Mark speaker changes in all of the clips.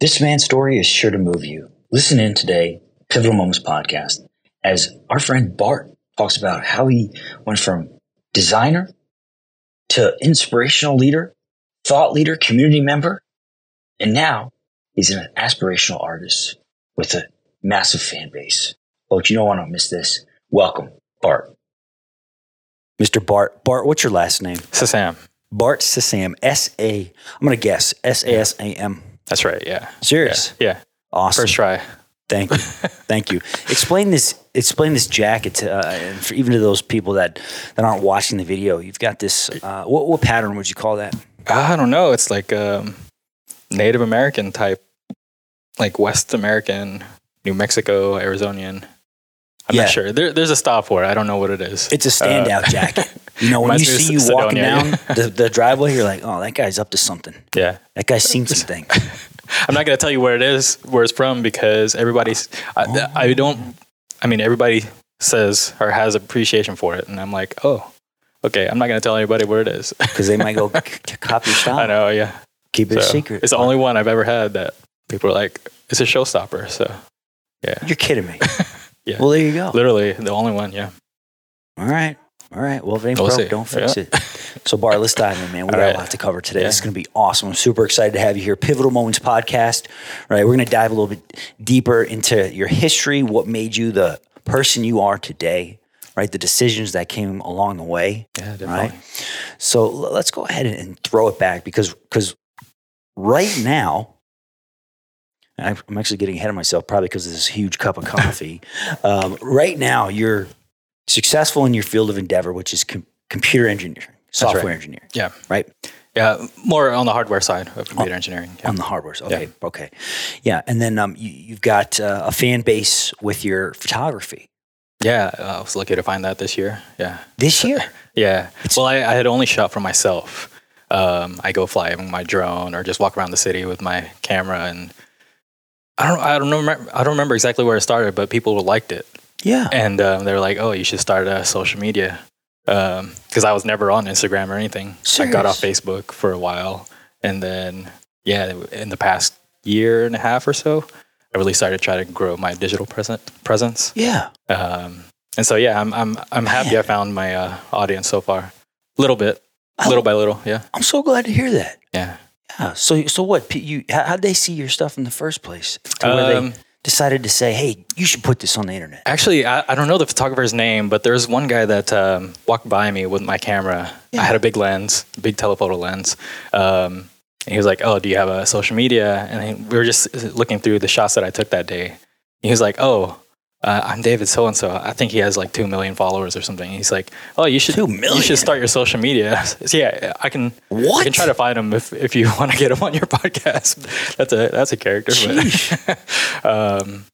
Speaker 1: This man's story is sure to move you. Listen in today, Pivotal Moments podcast, as our friend Bart talks about how he went from designer to inspirational leader, thought leader, community member, and now he's an aspirational artist with a massive fan base. But you don't want to miss this. Welcome, Bart. Mr. Bart. Bart, what's your last name?
Speaker 2: So Sam.
Speaker 1: Bart Sasam. S A. I'm going to guess S A S A M.
Speaker 2: That's right. Yeah.
Speaker 1: Serious.
Speaker 2: Yeah.
Speaker 1: Awesome.
Speaker 2: First try.
Speaker 1: Thank you. Thank you. Explain this. Explain this jacket to uh, and for even to those people that that aren't watching the video. You've got this. Uh, what what pattern would you call that?
Speaker 2: Ah, I don't know. It's like um, Native American type, like West American, New Mexico, Arizonian. I'm
Speaker 1: Yeah.
Speaker 2: not sure. There, there's a style for it. I don't know what it is.
Speaker 1: It's a
Speaker 2: Uh,
Speaker 1: standout jacket. You know, when you
Speaker 2: Reminds me of
Speaker 1: see you
Speaker 2: Sedona,
Speaker 1: walking
Speaker 2: yeah.
Speaker 1: down the, the driveway, you're like, oh, that guy's up to something.
Speaker 2: yeah.
Speaker 1: That guy's seen something.
Speaker 2: I'm not gonna tell you where it is, where it's from, because everybody's. I,
Speaker 1: Oh.
Speaker 2: I don't. I mean, everybody says or has appreciation for it, and I'm like, oh, okay. I'm not gonna tell anybody where it is.
Speaker 1: Because they might go c- c- copy your
Speaker 2: I
Speaker 1: style.
Speaker 2: know. Yeah.
Speaker 1: Keep it a
Speaker 2: So,
Speaker 1: secret.
Speaker 2: It's the only one I've ever had that people are like, it's a showstopper. So
Speaker 1: You're kidding me.
Speaker 2: Yeah.
Speaker 1: Well, there you go.
Speaker 2: literally the only one. Yeah.
Speaker 1: All right. All right. Well, if it ain't
Speaker 2: We'll
Speaker 1: broke,
Speaker 2: see.
Speaker 1: don't fix it. So, Bar, let's dive in, man.
Speaker 2: All
Speaker 1: We got
Speaker 2: right.
Speaker 1: a lot to cover today.
Speaker 2: Yeah.
Speaker 1: This is going to be awesome. I'm super excited to have you here. Pivotal Moments podcast. All right. We're going to dive a little bit deeper into your history, what made you the person you are today, right? The decisions that came along the way.
Speaker 2: Yeah, definitely.
Speaker 1: right? So l- let's go ahead and- and throw it back because because right now, I- I'm actually getting ahead of myself probably because of this huge cup of coffee. um, right now, you're successful in your field of endeavor, which is com- computer engineering,
Speaker 2: right.
Speaker 1: software engineering,
Speaker 2: Yeah.
Speaker 1: right?
Speaker 2: Yeah. More on the hardware side of computer engineering. Yeah.
Speaker 1: On the hardware. Okay, okay, yeah. And then um, you, you've got uh, a fan base with your photography
Speaker 2: yeah. uh, I was lucky to find that this year. Yeah.
Speaker 1: this year.
Speaker 2: Yeah. well, I, I had only shot for myself. Um, I go fly with my drone or just walk around the city with my camera and. I don't, I, don't remember, I don't remember exactly where it started, but people liked it.
Speaker 1: Yeah.
Speaker 2: And um, they were like, oh, you should start a social media. Because I was never on Instagram or anything. I got off Facebook for a while. And then, yeah, in the past year and a half or so, I really started to try to grow my digital present, presence.
Speaker 1: Yeah.
Speaker 2: Um, and so, yeah, I'm, I'm, I'm happy I found my uh, audience so far. Little bit,
Speaker 1: I-
Speaker 2: little by little. Yeah.
Speaker 1: I'm so glad to hear that.
Speaker 2: Yeah.
Speaker 1: Yeah. So so what? P- You how how'd they see your stuff in the first place? To where
Speaker 2: Um,
Speaker 1: they decided to say, hey, you should put this on the internet.
Speaker 2: Actually, I, I don't know the photographer's name, but there's one guy that um, walked by me with my camera. I had a big lens, big telephoto lens. Um, and he was like, "Oh, do you have a social media?" And he, we were just uh, looking through the shots that I took that day. He was like, "Oh, uh, I'm David so and so. I think he has like two million followers or something." He's like, "Oh, you should
Speaker 1: Two
Speaker 2: you
Speaker 1: million?
Speaker 2: should start your social media." So, yeah, I can I
Speaker 1: What?
Speaker 2: can try to find him if, if you want to get him on your podcast. That's a that's a character. but- um,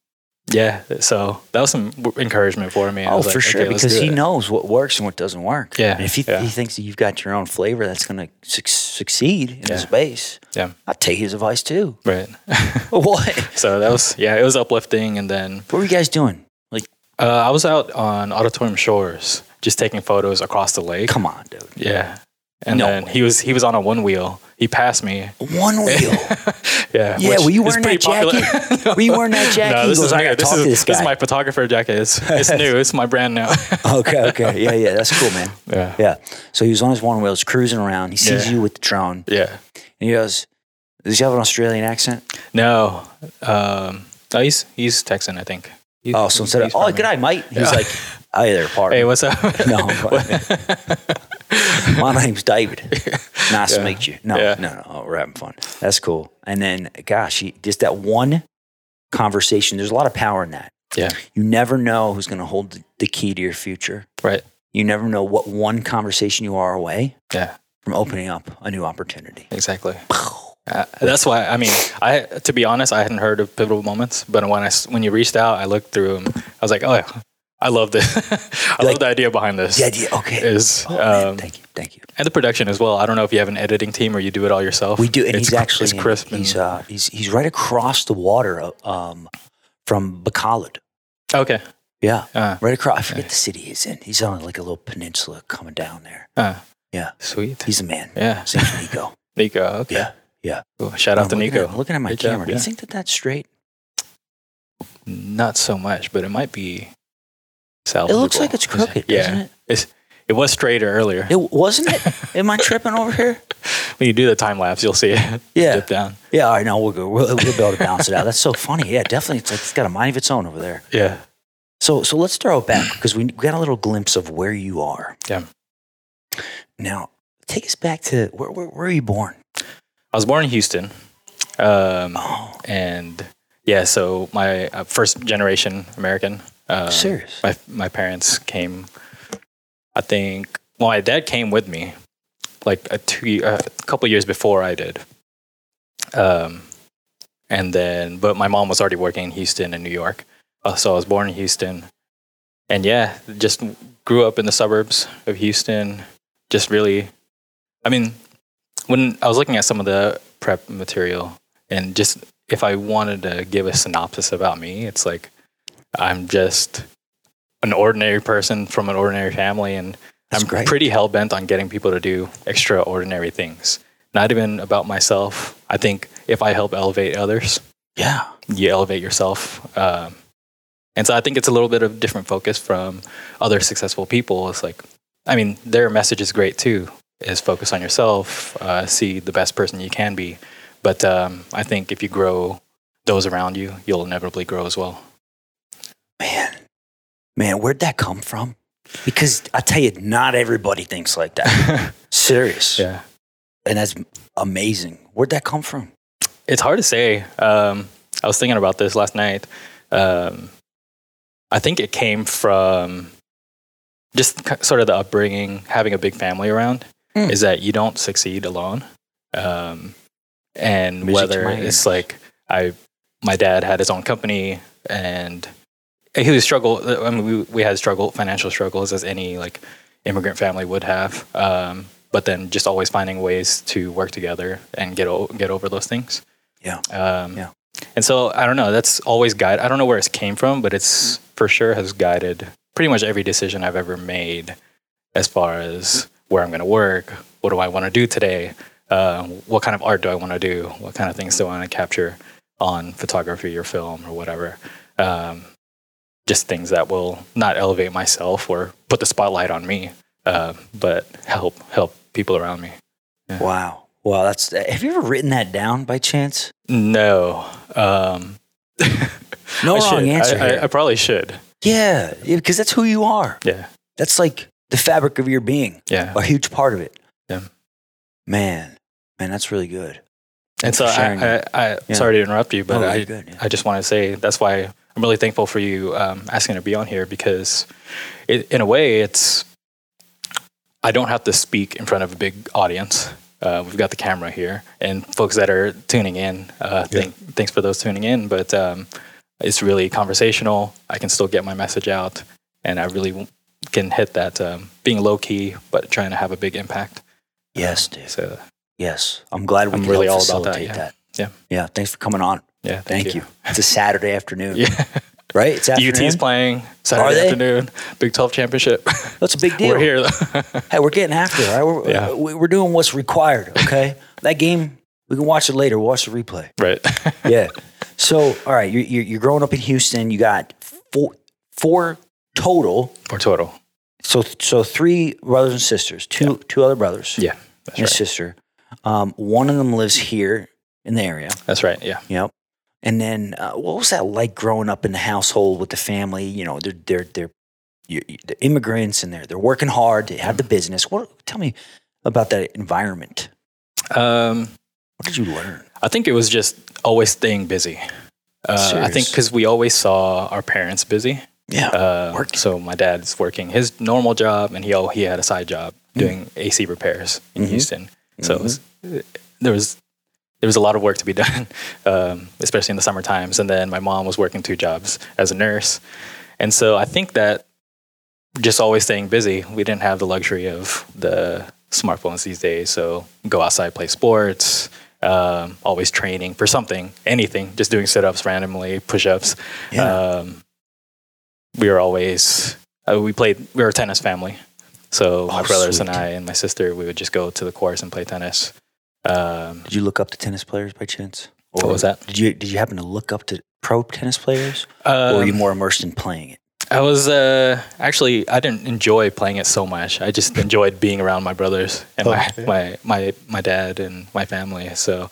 Speaker 2: yeah, so that was some w- encouragement for me. I
Speaker 1: Oh,
Speaker 2: was like,
Speaker 1: for sure,
Speaker 2: okay, let's
Speaker 1: because
Speaker 2: do
Speaker 1: he
Speaker 2: it.
Speaker 1: knows what works and what doesn't work.
Speaker 2: Yeah,
Speaker 1: And if he,
Speaker 2: yeah.
Speaker 1: he thinks that you've got your own flavor that's going to suc succeed in the
Speaker 2: Yeah.
Speaker 1: space,
Speaker 2: Yeah.
Speaker 1: I'd take his advice too.
Speaker 2: right.
Speaker 1: what?
Speaker 2: so that was yeah, it was uplifting. And then
Speaker 1: What were you guys doing? Like,
Speaker 2: uh, I was out on Auditorium Shores, just taking photos across the lake.
Speaker 1: come on, dude.
Speaker 2: Yeah, and
Speaker 1: No
Speaker 2: then he was he was on a one wheel. He passed me.
Speaker 1: One wheel.
Speaker 2: Yeah,
Speaker 1: Yeah,
Speaker 2: which
Speaker 1: were you
Speaker 2: is
Speaker 1: wearing
Speaker 2: pretty
Speaker 1: that
Speaker 2: popular.
Speaker 1: jacket? Were you wearing that jacket?
Speaker 2: No,
Speaker 1: He
Speaker 2: this
Speaker 1: goes,
Speaker 2: is
Speaker 1: "I
Speaker 2: new.
Speaker 1: gotta
Speaker 2: This
Speaker 1: talk
Speaker 2: is,
Speaker 1: to this
Speaker 2: this is
Speaker 1: guy."
Speaker 2: my photographer jacket. It's, it's new. It's my brand now.
Speaker 1: okay, okay. Yeah, yeah. That's cool, man.
Speaker 2: yeah,
Speaker 1: Yeah. So he was on his one wheels cruising around. He sees
Speaker 2: Yeah.
Speaker 1: you with the drone
Speaker 2: yeah.
Speaker 1: and he goes, Does he have an Australian accent?
Speaker 2: No, um, no, he's he's Texan, I think. He-
Speaker 1: Oh, so instead of,
Speaker 2: he's
Speaker 1: Oh,
Speaker 2: from
Speaker 1: good
Speaker 2: here.
Speaker 1: eye, mate. He's was
Speaker 2: Yeah.
Speaker 1: like, Hi there, partner.
Speaker 2: Hey, what's up?
Speaker 1: No, My name's David. Nice to meet you. No,
Speaker 2: Yeah.
Speaker 1: no, no. Oh, we're having fun. That's cool. And then, gosh, you- just that one conversation, there's a lot of power in that.
Speaker 2: Yeah.
Speaker 1: You never know who's going to hold the, the key to your future.
Speaker 2: Right.
Speaker 1: You never know what one conversation you are away
Speaker 2: Yeah.
Speaker 1: from opening up a new opportunity.
Speaker 2: Exactly. Uh, that's why. I mean, I to be honest, I hadn't heard of pivotal moments, but when I s- when you reached out, I looked through them. I was like, oh, I love this. I
Speaker 1: Like-
Speaker 2: love the idea behind this.
Speaker 1: The idea, okay.
Speaker 2: Is
Speaker 1: Oh, man,
Speaker 2: um,
Speaker 1: thank you. Thank you.
Speaker 2: and the production as well. I don't know if you have an editing team or you do it all yourself.
Speaker 1: We do, and
Speaker 2: It's
Speaker 1: he's
Speaker 2: cr-
Speaker 1: actually
Speaker 2: it's crisp.
Speaker 1: He's
Speaker 2: and,
Speaker 1: uh, he's he's right across the water uh, um, from Bacolod.
Speaker 2: okay.
Speaker 1: Yeah,
Speaker 2: Uh,
Speaker 1: right across. I forget the city he's in. He's on like a little peninsula coming down there.
Speaker 2: uh,
Speaker 1: Yeah.
Speaker 2: Sweet.
Speaker 1: He's a man.
Speaker 2: Yeah.
Speaker 1: San Diego.
Speaker 2: Nico. Okay.
Speaker 1: Yeah, Yeah.
Speaker 2: Ooh, shout out to
Speaker 1: I'm looking
Speaker 2: Nico.
Speaker 1: at- looking at my
Speaker 2: Good job,
Speaker 1: camera. Do you
Speaker 2: yeah.
Speaker 1: think that that's straight?
Speaker 2: Not so much, but it might be. Salvageable.
Speaker 1: It looks like it's
Speaker 2: Is it-
Speaker 1: crooked,
Speaker 2: Yeah,
Speaker 1: doesn't it?
Speaker 2: it was straighter earlier.
Speaker 1: It wasn't it? Am I tripping over here?
Speaker 2: When you do the time lapse, you'll see it
Speaker 1: Yeah.
Speaker 2: dip down.
Speaker 1: Yeah, all right, no, we'll go. We'll, we'll be able to balance it out. That's so funny. Yeah, definitely. It's like it's got a mind of its own over there.
Speaker 2: Yeah,
Speaker 1: So, so let's throw it back because we got a little glimpse of where you are.
Speaker 2: Yeah.
Speaker 1: Now, take us back to where, where, where are you born?
Speaker 2: I was born in Houston, um,
Speaker 1: Oh,
Speaker 2: and yeah, so my uh, first generation American. Um,
Speaker 1: serious.
Speaker 2: my my parents came. I think well, my dad came with me, like a two a couple years before I did. Um, and then but my mom was already working in Houston and New York, Uh, so I was born in Houston, and yeah, just grew up in the suburbs of Houston. Just really, I mean, when I was looking at some of the prep material, and just if I wanted to give a synopsis about me, it's like I'm just an ordinary person from an ordinary family and
Speaker 1: That's
Speaker 2: I'm
Speaker 1: great.
Speaker 2: pretty hell bent on getting people to do extraordinary things. Not even about myself. I think if I help elevate others,
Speaker 1: Yeah.
Speaker 2: you elevate yourself. Um, and so I think it's a little bit of different focus from other successful people. It's like, I mean, their message is great too, is focus on yourself, uh, see the best person you can be. But um, I think if you grow those around you, you'll inevitably grow as well.
Speaker 1: Man, man, where'd that come from? Because I tell you, not everybody thinks like that. Serious.
Speaker 2: yeah.
Speaker 1: And that's amazing. Where'd that come from?
Speaker 2: It's hard to say. Um, I was thinking about this last night. Um, I think it came from just ki- sort of the upbringing, having a big family around,
Speaker 1: Hmm.
Speaker 2: is that you don't succeed alone. Um, and
Speaker 1: Music to
Speaker 2: whether
Speaker 1: my
Speaker 2: it's
Speaker 1: ears.
Speaker 2: like I, my dad had his own company and he was struggle. uh, I mean, we, we had struggle, financial struggles as any like immigrant family would have. Um, but then just always finding ways to work together and get o- get over those things.
Speaker 1: Yeah.
Speaker 2: Um,
Speaker 1: Yeah.
Speaker 2: And so I don't know. That's always guide. I don't know where it came from, but it's
Speaker 1: Mm.
Speaker 2: for sure has guided pretty much every decision I've ever made, as far
Speaker 1: Mm.
Speaker 2: as where I'm going to work, what do I want to do today, uh, what kind of art do I want to do, what kind of things do I want to capture on photography or film or whatever. Um, just things that will not elevate myself or put the spotlight on me, uh, but help help people around me.
Speaker 1: Wow. Wow. That's, have you ever written that down by chance?
Speaker 2: No, um,
Speaker 1: No
Speaker 2: I
Speaker 1: wrong
Speaker 2: should.
Speaker 1: answer.
Speaker 2: I, I-
Speaker 1: here.
Speaker 2: I probably should.
Speaker 1: yeah. yeah, Because that's who you are.
Speaker 2: Yeah,
Speaker 1: That's like the fabric of your being,
Speaker 2: yeah.
Speaker 1: a huge part of it.
Speaker 2: Yeah.
Speaker 1: Man, man, that's really good.
Speaker 2: And
Speaker 1: Thanks
Speaker 2: so
Speaker 1: for sharing
Speaker 2: I, I, I
Speaker 1: Yeah.
Speaker 2: sorry to interrupt you, but
Speaker 1: No,
Speaker 2: I,
Speaker 1: you're good, yeah.
Speaker 2: I just want to say that's why I'm really thankful for you um, asking to be on here because, it, in a way, it's I don't have to speak in front of a big audience. Uh, we've got the camera here, and folks that are tuning in, uh, thank, thanks for those tuning in. But um, it's really conversational. I can still get my message out, and I really w- can hit that um, being low key but trying to have a big impact.
Speaker 1: Yes, dude.
Speaker 2: So
Speaker 1: Yes, I'm glad we
Speaker 2: I'm
Speaker 1: can
Speaker 2: really
Speaker 1: help
Speaker 2: all about that,
Speaker 1: facilitate
Speaker 2: yeah.
Speaker 1: that. Yeah, thanks for coming on.
Speaker 2: yeah,
Speaker 1: Thank,
Speaker 2: thank,
Speaker 1: you. It's a Saturday afternoon,
Speaker 2: Yeah.
Speaker 1: right? It's afternoon.
Speaker 2: UT E is playing
Speaker 1: Are
Speaker 2: Saturday
Speaker 1: they?
Speaker 2: afternoon. Big 12 championship.
Speaker 1: That's a big deal.
Speaker 2: We're here. though.
Speaker 1: Hey, we're getting after it. Right? We're,
Speaker 2: Yeah.
Speaker 1: we- we're doing what's required. Okay, that game we can watch it later. We'll watch the replay.
Speaker 2: right.
Speaker 1: Yeah. So, all right, you're, you're you're growing up in Houston. You got four four total.
Speaker 2: For total.
Speaker 1: So so three brothers and sisters. Two two other brothers.
Speaker 2: Yeah. That's
Speaker 1: and a
Speaker 2: right.
Speaker 1: sister. Um, one of them lives here in the area.
Speaker 2: That's right. Yeah.
Speaker 1: Yep. And then, uh, what was that like growing up in the household with the family? You know, they're they're they're, you, you- they're immigrants and they're they're working hard. They have
Speaker 2: Mm-hmm.
Speaker 1: the business. What? Tell me about that environment.
Speaker 2: Um,
Speaker 1: What did you learn?
Speaker 2: I think it was just always staying busy. Uh, I
Speaker 1: Serious.
Speaker 2: think because we always saw our parents busy.
Speaker 1: Yeah.
Speaker 2: Uh,
Speaker 1: Working.
Speaker 2: So my dad's working his normal job, and he al- he had a side job
Speaker 1: Mm. Mm-hmm.
Speaker 2: doing AC repairs in
Speaker 1: Mhm.
Speaker 2: Houston. So it was, uh, there was there was a lot of work to be done, um, especially in the summer times. And then my mom was working two jobs as a nurse, and so I think that just always staying busy. We didn't have the luxury of the smartphones these days, so go outside, play sports. Um, always training for something, anything, just doing sit ups randomly, push ups.
Speaker 1: Yeah.
Speaker 2: Um, we were always uh, we played. We were a tennis family, so my
Speaker 1: Oh,
Speaker 2: brothers and
Speaker 1: sweet.
Speaker 2: I and my sister we would just go to the course and play tennis. Um,
Speaker 1: Did you look up to tennis players by chance? Or
Speaker 2: What was that?
Speaker 1: Did you did you happen to look up to pro tennis players, or were
Speaker 2: um,
Speaker 1: you more immersed in playing it?
Speaker 2: I was uh, actually I didn't enjoy playing it so much. I just enjoyed being around my brothers and my,
Speaker 3: Okay.
Speaker 2: my my my dad and my family. So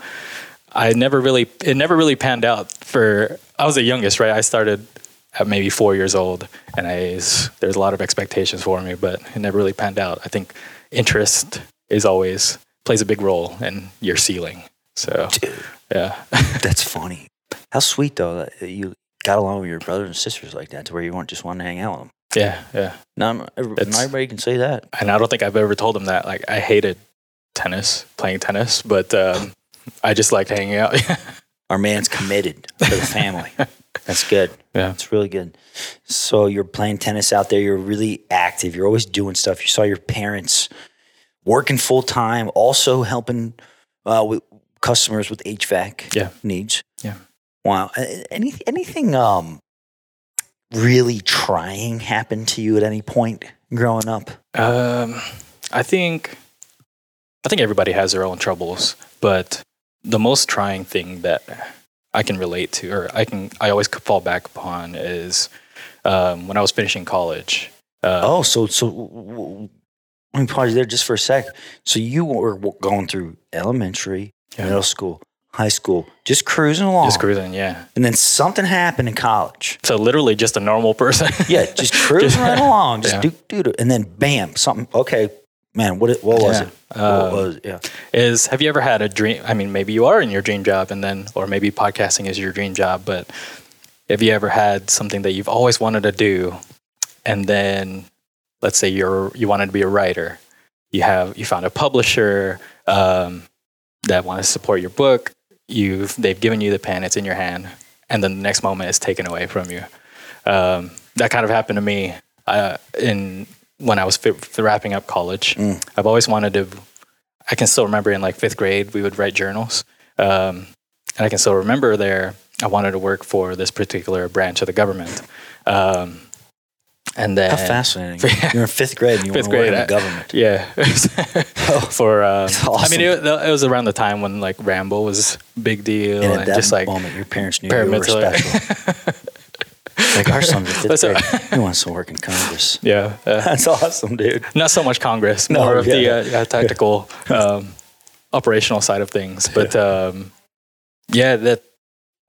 Speaker 2: I never really it never really panned out for I was the youngest, right? I started at maybe 4 years old and I s- there's a lot of expectations for me, but it never really panned out. I think interest is always plays a big role in your ceiling. So yeah.
Speaker 1: That's funny. How sweet though that you got along with your brothers and sisters like that, to where you weren't just wanting to hang out with them.
Speaker 2: Yeah, yeah.
Speaker 1: Not, every- not
Speaker 2: That's-
Speaker 1: everybody can say that.
Speaker 2: and I don't think I've ever told him that. Like I hated tennis, playing tennis, but um, I just liked hanging out.
Speaker 1: Our man's committed to the family. That's good.
Speaker 2: Yeah.
Speaker 1: That's really good. So you're playing tennis out there. You're really active. You're always doing stuff. You saw your parents working full time, also helping uh, with customers with HVAC
Speaker 2: Yeah.
Speaker 1: needs.
Speaker 2: Yeah.
Speaker 1: Wow. A- Any, anything um, really trying happened to you at any point growing up?
Speaker 2: um, I think I think everybody has their own troubles, but the most trying thing that I can relate to, or I can I always could fall back upon, is um, when I was finishing college. Uh,
Speaker 1: Oh, so so w- w- let me pause you there just for a sec. So you were w- going through elementary,
Speaker 2: Yeah.
Speaker 1: middle school, high school, just cruising along,
Speaker 2: just cruising, yeah.
Speaker 1: and then something happened in college.
Speaker 2: So literally, just a normal person.
Speaker 1: Yeah, just cruising right along, just
Speaker 2: Yeah.
Speaker 1: do do do, and then bam, something. Okay, man, what it- what was
Speaker 2: Yeah.
Speaker 1: it?
Speaker 2: Um,
Speaker 1: what was yeah?
Speaker 2: is have you ever had a dream i mean maybe you are in your dream job and then or maybe podcasting is your dream job but have you ever had something that you've always wanted to do and then let's say you're you wanted to be a writer you have you found a publisher um, that wants to support your book you've they've given you the pen it's in your hand and then the next moment it's taken away from you um, that kind of happened to me uh, in when i was fi- wrapping up college
Speaker 1: Mm.
Speaker 2: i've always wanted to I can still remember in like fifth grade, we would write journals. Um, and I can still remember there, I wanted to work for this particular branch of the government. Um, and then,
Speaker 1: How fascinating! You're in fifth grade, and you want
Speaker 2: Fifth
Speaker 1: to work in
Speaker 2: grade,
Speaker 1: the
Speaker 2: I-
Speaker 1: government.
Speaker 2: yeah. for, um,
Speaker 1: Oh, That's
Speaker 2: I mean, it, it was around the time when like Ramble was a big deal
Speaker 1: And
Speaker 2: and,
Speaker 1: at that
Speaker 2: just like,
Speaker 1: moment, your parents knew you were
Speaker 2: paramilitary.
Speaker 1: special. like our son's in fifth
Speaker 2: That's a-
Speaker 1: grade. He wants to work in Congress.
Speaker 2: yeah. uh,
Speaker 1: That's awesome, dude.
Speaker 2: not so much Congress,
Speaker 1: No,
Speaker 2: more of
Speaker 1: yeah.
Speaker 2: the uh, uh, tactical, um, operational side of things. But um, yeah, that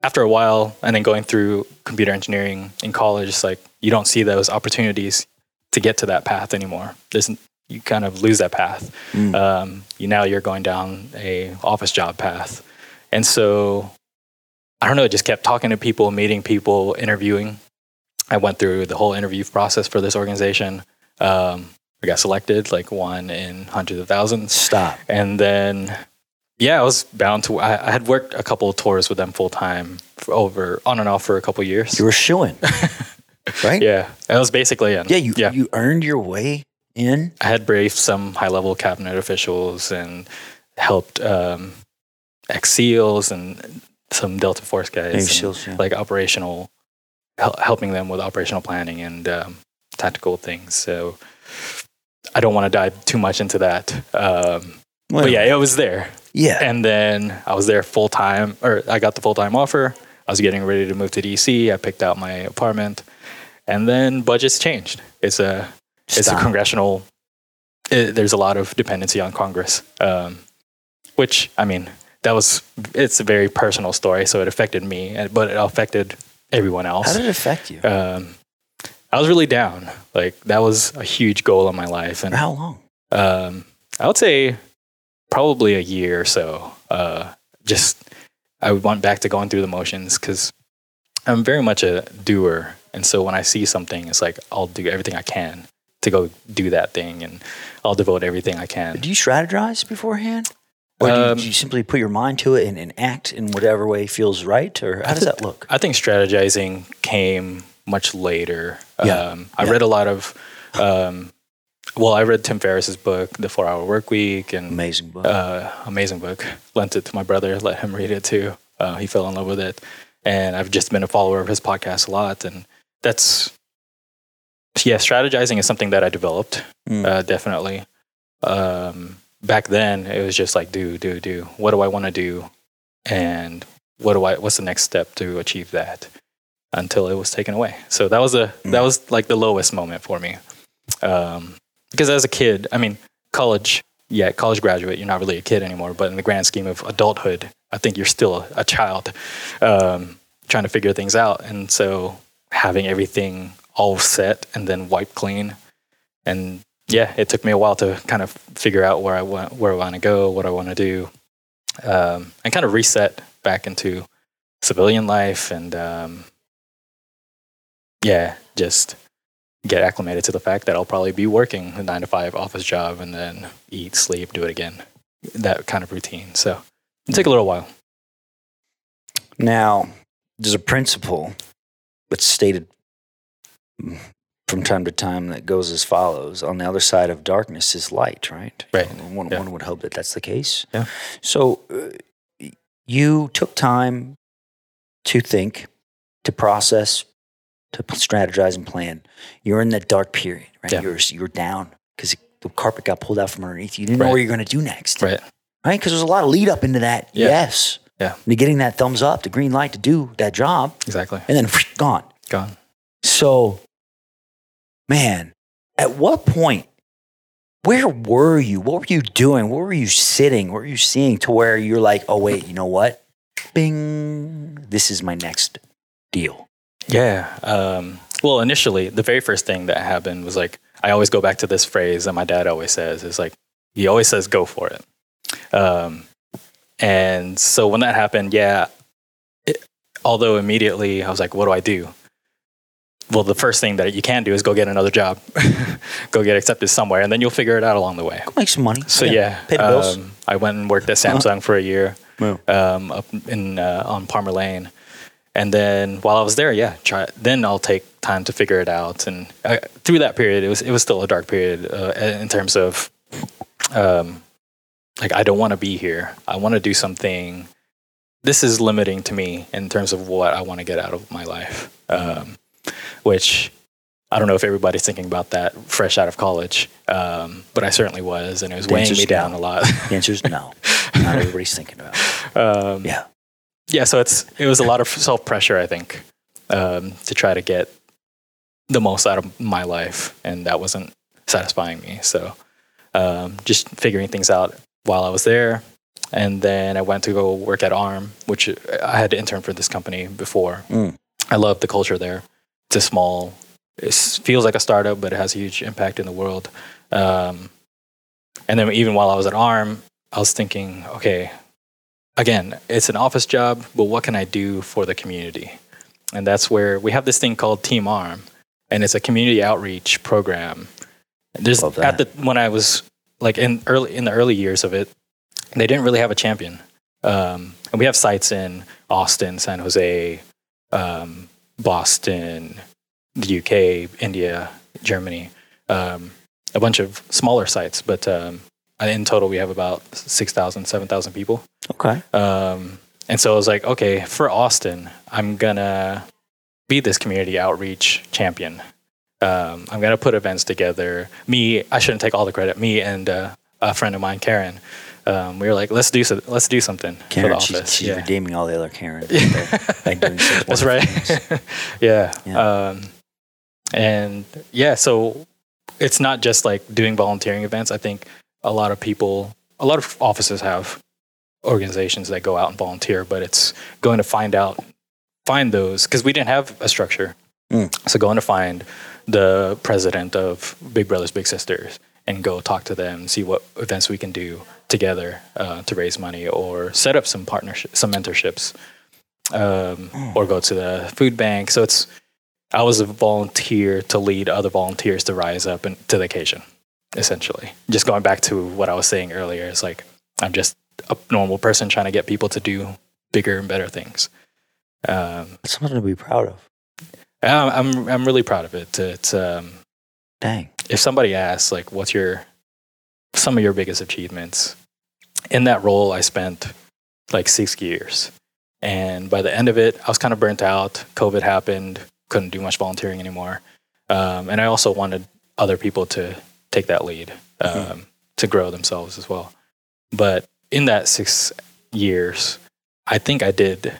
Speaker 2: after a while, and then going through computer engineering in college, it's like you don't see those opportunities to get to that path anymore. There's, you kind of lose that path.
Speaker 1: Mm.
Speaker 2: Um, you now you're going down a office job path, and so I don't know. Just kept talking to people, meeting people, interviewing. I went through the whole interview process for this organization. Um, I got selected, like one in hundreds of thousands.
Speaker 1: Stop.
Speaker 2: And then, yeah, I was bound to. I, I had worked a couple of tours with them full time, for over on and off for a couple of years.
Speaker 1: You were shooing, right?
Speaker 2: Yeah, that was basically it.
Speaker 1: Yeah, you
Speaker 2: yeah.
Speaker 1: you earned your way in.
Speaker 2: I had briefed some high level cabinet officials and helped um, ex SEALs and some Delta Force guys.
Speaker 1: Navy
Speaker 2: and,
Speaker 1: SEALs, yeah.
Speaker 2: like operational, hel- helping them with operational planning and um, tactical things. So I don't want to dive too much into that. Um,
Speaker 1: Well,
Speaker 2: but yeah, it was there.
Speaker 1: yeah.
Speaker 2: And then I was there full time, or I got the full time offer. I was getting ready to move to DC. I picked out my apartment, and then budgets changed. It's a it's a
Speaker 1: Stop.
Speaker 2: congressional. It, there's a lot of dependency on Congress, um, which I mean that was it's a very personal story, so it affected me, and- but it affected everyone else
Speaker 1: How did it affect you?
Speaker 2: um, I was really down. Like that was a huge goal in my life,
Speaker 1: For
Speaker 2: and
Speaker 1: how long?
Speaker 2: um, I would say probably a year or so. Uh, just I went back to going through the motions because I'm very much a doer, and so when I see something, it's like I'll do everything I can to go do that thing, and I'll devote everything I can.
Speaker 1: Do you strategize beforehand? Or do, you,
Speaker 2: Um,
Speaker 1: do you simply put your mind to it and, and act in whatever way feels right? Or how does that look?
Speaker 2: I think strategizing came much later.
Speaker 1: Yeah.
Speaker 2: Um, I
Speaker 1: Yeah.
Speaker 2: read a lot of, um, well, I read Tim Ferriss's book, The Four Hour Work Week, and
Speaker 1: Amazing book.
Speaker 2: uh, amazing book. Lent it to my brother, let him read it too. Uh, he fell in love with it, and I've just been a follower of his podcast a lot, and that's yeah. Strategizing is something that I developed
Speaker 1: Mm.
Speaker 2: uh, definitely. Um, back then it was just like do do do what do i want to do and what do i what's the next step to achieve that until it was taken away so that was a that was like the lowest moment for me um, because as a kid i mean college yeah college graduate you're not really a kid anymore but in the grand scheme of adulthood i think you're still a, a child um, trying to figure things out and so having everything all set and then wiped clean and yeah, it took me a while to kind of figure out where I want, where I want to go, what I want to do, um, and kind of reset back into civilian life, and um, yeah, just get acclimated to the fact that I'll probably be working a nine to five office job, and then eat, sleep, do it again, that kind of routine. So it took a little while.
Speaker 1: Now, there's a principle that's stated from time to time that goes as follows on the other side of darkness is light right
Speaker 2: Right.
Speaker 1: You know, one,
Speaker 2: Yeah.
Speaker 1: one would hope that that's the case
Speaker 2: Yeah.
Speaker 1: so uh, you took time to think to process to p- strategize and plan you're in that dark period right
Speaker 2: Yeah.
Speaker 1: you're, you're down because the carpet got pulled out from underneath you you didn't know
Speaker 2: Right.
Speaker 1: what you're going to do next
Speaker 2: Right.
Speaker 1: right because there's a lot of lead up into that
Speaker 2: Yeah.
Speaker 1: yes
Speaker 2: Yeah.
Speaker 1: to getting that thumbs up the green light to do that job
Speaker 2: Exactly.
Speaker 1: and then gone
Speaker 2: Gone.
Speaker 1: so, man, at what point, where were you? What were you doing? Where were you sitting? What were you seeing to where you're like, oh, wait, you know what? Bing, this is my next deal.
Speaker 2: Yeah. Um, well, initially, the very first thing that happened was like, I always go back to this phrase that my dad always says is like, he always says, go for it. Um, and so when that happened, yeah, it, although immediately I was like, what do I do? Well, the first thing that you can do is go get another job, go get accepted somewhere, and then you'll figure it out along the way.
Speaker 1: Go make some money.
Speaker 2: So yeah,
Speaker 1: Pay the bills.
Speaker 2: um, I went and worked at Samsung for a year,
Speaker 1: Wow.
Speaker 2: um, up in uh, on Palmer Lane, and then while I was there, yeah, try. Then I'll take time to figure it out. And uh, through that period, it was it was still a dark period uh, in terms of, um, like I don't want to be here. I want to do something. This is limiting to me in terms of what I want to get out of my life, um, which I don't know if everybody's thinking about that fresh out of college, um, but I certainly was, and it was weighing
Speaker 1: Dangerous
Speaker 2: me down a lot.
Speaker 1: The answer is no. Not everybody's thinking about it.
Speaker 2: um,
Speaker 1: Yeah.
Speaker 2: yeah, so it's it was a lot of self pressure, I think, um, to try to get the most out of my life, and that wasn't satisfying me. So, um, just figuring things out while I was there, and then I went to go work at ARM, which I had interned for this company before.
Speaker 1: Mm.
Speaker 2: I love the culture there. It's a small, it feels like a startup, but it has a huge impact in the world. Um, and then even while I was at ARM, I was thinking, okay, again, it's an office job, but what can I do for the community? And that's where we have this thing called Team ARM, and it's a community outreach program. There's
Speaker 1: Love
Speaker 2: at the when I was like in early in the early years of it, they didn't really have a champion. Um, and we have sites in Austin, San Jose, um, Boston, the UK, India, Germany, um, a bunch of smaller sites. But um, in total, we have about 6,000, 7,000 people.
Speaker 1: Okay.
Speaker 2: Um, and so I was like, okay, for Austin, I'm gonna be this community outreach champion. Um, I'm gonna put events together. Me, I shouldn't take all the credit. Me and uh, a friend of mine, Karen, um, we were like, let's do so- let's do something for the
Speaker 1: Karen, she's,
Speaker 2: office.
Speaker 1: she's
Speaker 2: yeah.
Speaker 1: redeeming all the other Karens. out there by doing such
Speaker 2: That's
Speaker 1: wonderful
Speaker 2: right.
Speaker 1: things.
Speaker 2: yeah.
Speaker 1: Yeah.
Speaker 2: Um, and yeah, so it's not just like doing volunteering events. I think a lot of people, a lot of offices have organizations that go out and volunteer, but it's going to find out, find those, because we didn't have a structure.
Speaker 1: Mm.
Speaker 2: So going to find the president of Big Brothers Big Sisters and go talk to them, see what events we can do together uh, to raise money or set up some partnership, some mentorships um, or go to the food bank. So it's I was a volunteer to lead other volunteers to rise up and to the occasion, essentially. Just going back to what I was saying earlier, it's like I'm just a normal person trying to get people to do bigger and better things. Um,
Speaker 1: That's something to be proud of.
Speaker 2: I'm I'm- I'm really proud of it. It's um,
Speaker 1: Dang.
Speaker 2: if somebody asks like what's your some of your biggest achievements in that role i spent like six years and by the end of it i was kind of burnt out covid happened couldn't do much volunteering anymore um, and i also wanted other people to take that lead um, to grow themselves as well. But in that six years, I think I did.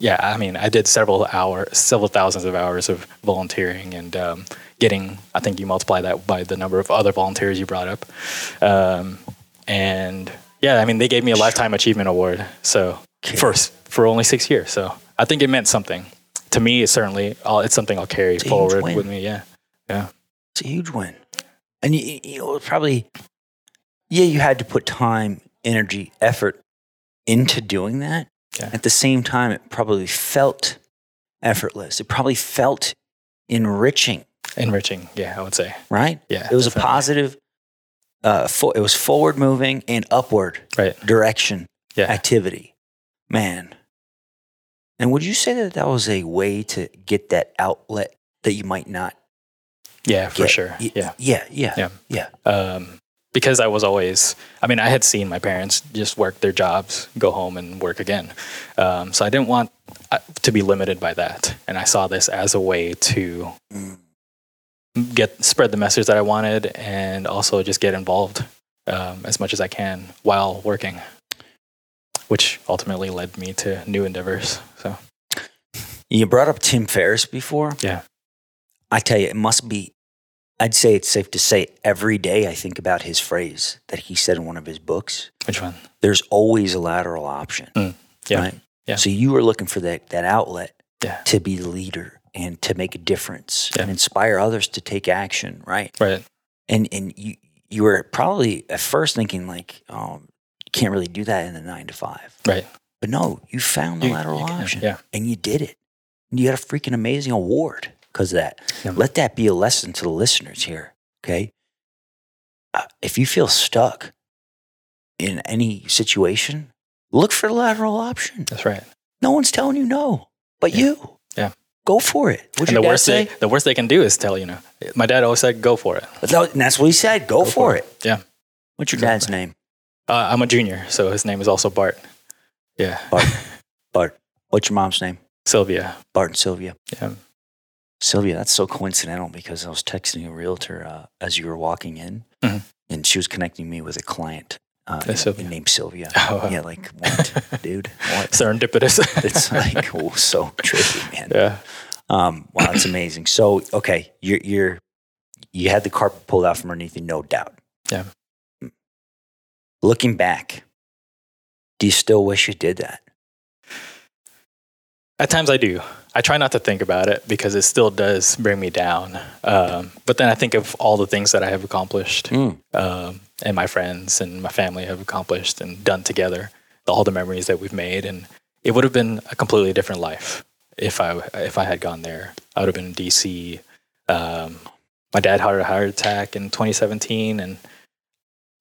Speaker 2: Yeah, I mean, I did several hours, several thousands of hours of volunteering and um, getting. I think you multiply that by the number of other volunteers you brought up, um, and yeah, I mean, they gave me a lifetime achievement award. So first for only six years, so I think it meant something to me. It certainly, I'll, it's something I'll carry
Speaker 1: It's a huge
Speaker 2: forward
Speaker 1: win.
Speaker 2: with me. Yeah, yeah,
Speaker 1: It's a huge win. And you, you know, probably, yeah, you had to put time, energy, effort into doing that.
Speaker 2: Yeah.
Speaker 1: At the same time, it probably felt effortless. It probably felt enriching,
Speaker 2: enriching. Yeah, I would say.
Speaker 1: right?
Speaker 2: Yeah,
Speaker 1: It was a
Speaker 2: definitely.
Speaker 1: positive, uh, fo- it was forward moving and upward
Speaker 2: Right.
Speaker 1: direction
Speaker 2: Yeah.
Speaker 1: activity. Man. And would you say that that was a way to get that outlet that you might not
Speaker 2: yeah, for
Speaker 1: get?
Speaker 2: sure.
Speaker 1: Y-
Speaker 2: Yeah.
Speaker 1: Yeah. Yeah.
Speaker 2: Yeah. Um, because I was always, I mean, I had seen my parents just work their jobs, go home and work again. Um, so I didn't want uh, to be limited by that. And I saw this as a way to
Speaker 1: Mm.
Speaker 2: get, spread the message that I wanted and also just get involved um, as much as I can while working, which ultimately led me to new endeavors. So
Speaker 1: You brought up Tim Ferriss before.
Speaker 2: Yeah.
Speaker 1: I tell you, it must be, I'd say it's safe to say every day I think about his phrase that he said in one of his books
Speaker 2: which one?
Speaker 1: there's always a lateral option.
Speaker 2: Mm. Yeah.
Speaker 1: Right?
Speaker 2: Yeah.
Speaker 1: So you were looking for that, that outlet
Speaker 2: Yeah.
Speaker 1: to be the leader and to make a difference
Speaker 2: Yeah.
Speaker 1: and inspire others to take action, right?
Speaker 2: Right.
Speaker 1: And and you you were probably at first thinking like, oh, you can't really do that in the nine to five.
Speaker 2: Right.
Speaker 1: But no, you found the
Speaker 2: You-
Speaker 1: lateral
Speaker 2: you can-
Speaker 1: option
Speaker 2: Yeah.
Speaker 1: and you did it. And you got a freaking amazing award because of that.
Speaker 2: Yeah.
Speaker 1: Let that be a lesson to the listeners here. Okay. Uh, if you feel stuck in any situation, look for the lateral option.
Speaker 2: That's right.
Speaker 1: No one's telling you no, but
Speaker 2: Yeah.
Speaker 1: you.
Speaker 2: Yeah.
Speaker 1: Go for it.
Speaker 2: and
Speaker 1: What'd your
Speaker 2: the
Speaker 1: dad
Speaker 2: worst,
Speaker 1: say?
Speaker 2: they, the worst they can do is tell you no. My dad always said, go for it.
Speaker 1: But that- And that's what he said. Go, for, it.
Speaker 2: Yeah.
Speaker 1: What's your dad's
Speaker 2: Exactly.
Speaker 1: name?
Speaker 2: Uh, I'm a junior, so his name is also Bart. Yeah,
Speaker 1: What's your mom's name?
Speaker 2: Sylvia.
Speaker 1: Bart and Sylvia.
Speaker 2: Yeah.
Speaker 1: Sylvia, that's so coincidental because I was texting a realtor uh, as you were walking in,
Speaker 2: Mhm.
Speaker 1: and she was connecting me with a client uh,
Speaker 2: That's Sylvia.
Speaker 1: named Sylvia.
Speaker 2: Oh, wow.
Speaker 1: Yeah, like what, dude? What?
Speaker 2: Serendipitous.
Speaker 1: It's like oh, so tricky, man.
Speaker 2: yeah,
Speaker 1: Um, wow, that's amazing. So, okay, you're you're you had the carpet pulled out from underneath you, no doubt.
Speaker 2: Yeah.
Speaker 1: Looking back, do you still wish you did that?
Speaker 2: at times I do. I try not to think about it because it still does bring me down. Um, but then I think of all the things that I have accomplished,
Speaker 1: Mm.
Speaker 2: um, and my friends and my family have accomplished and done together, the- all the memories that we've made, and it would have been a completely different life if I if I had gone there. I would have been in DC. Um, my dad had a heart attack in 2017, and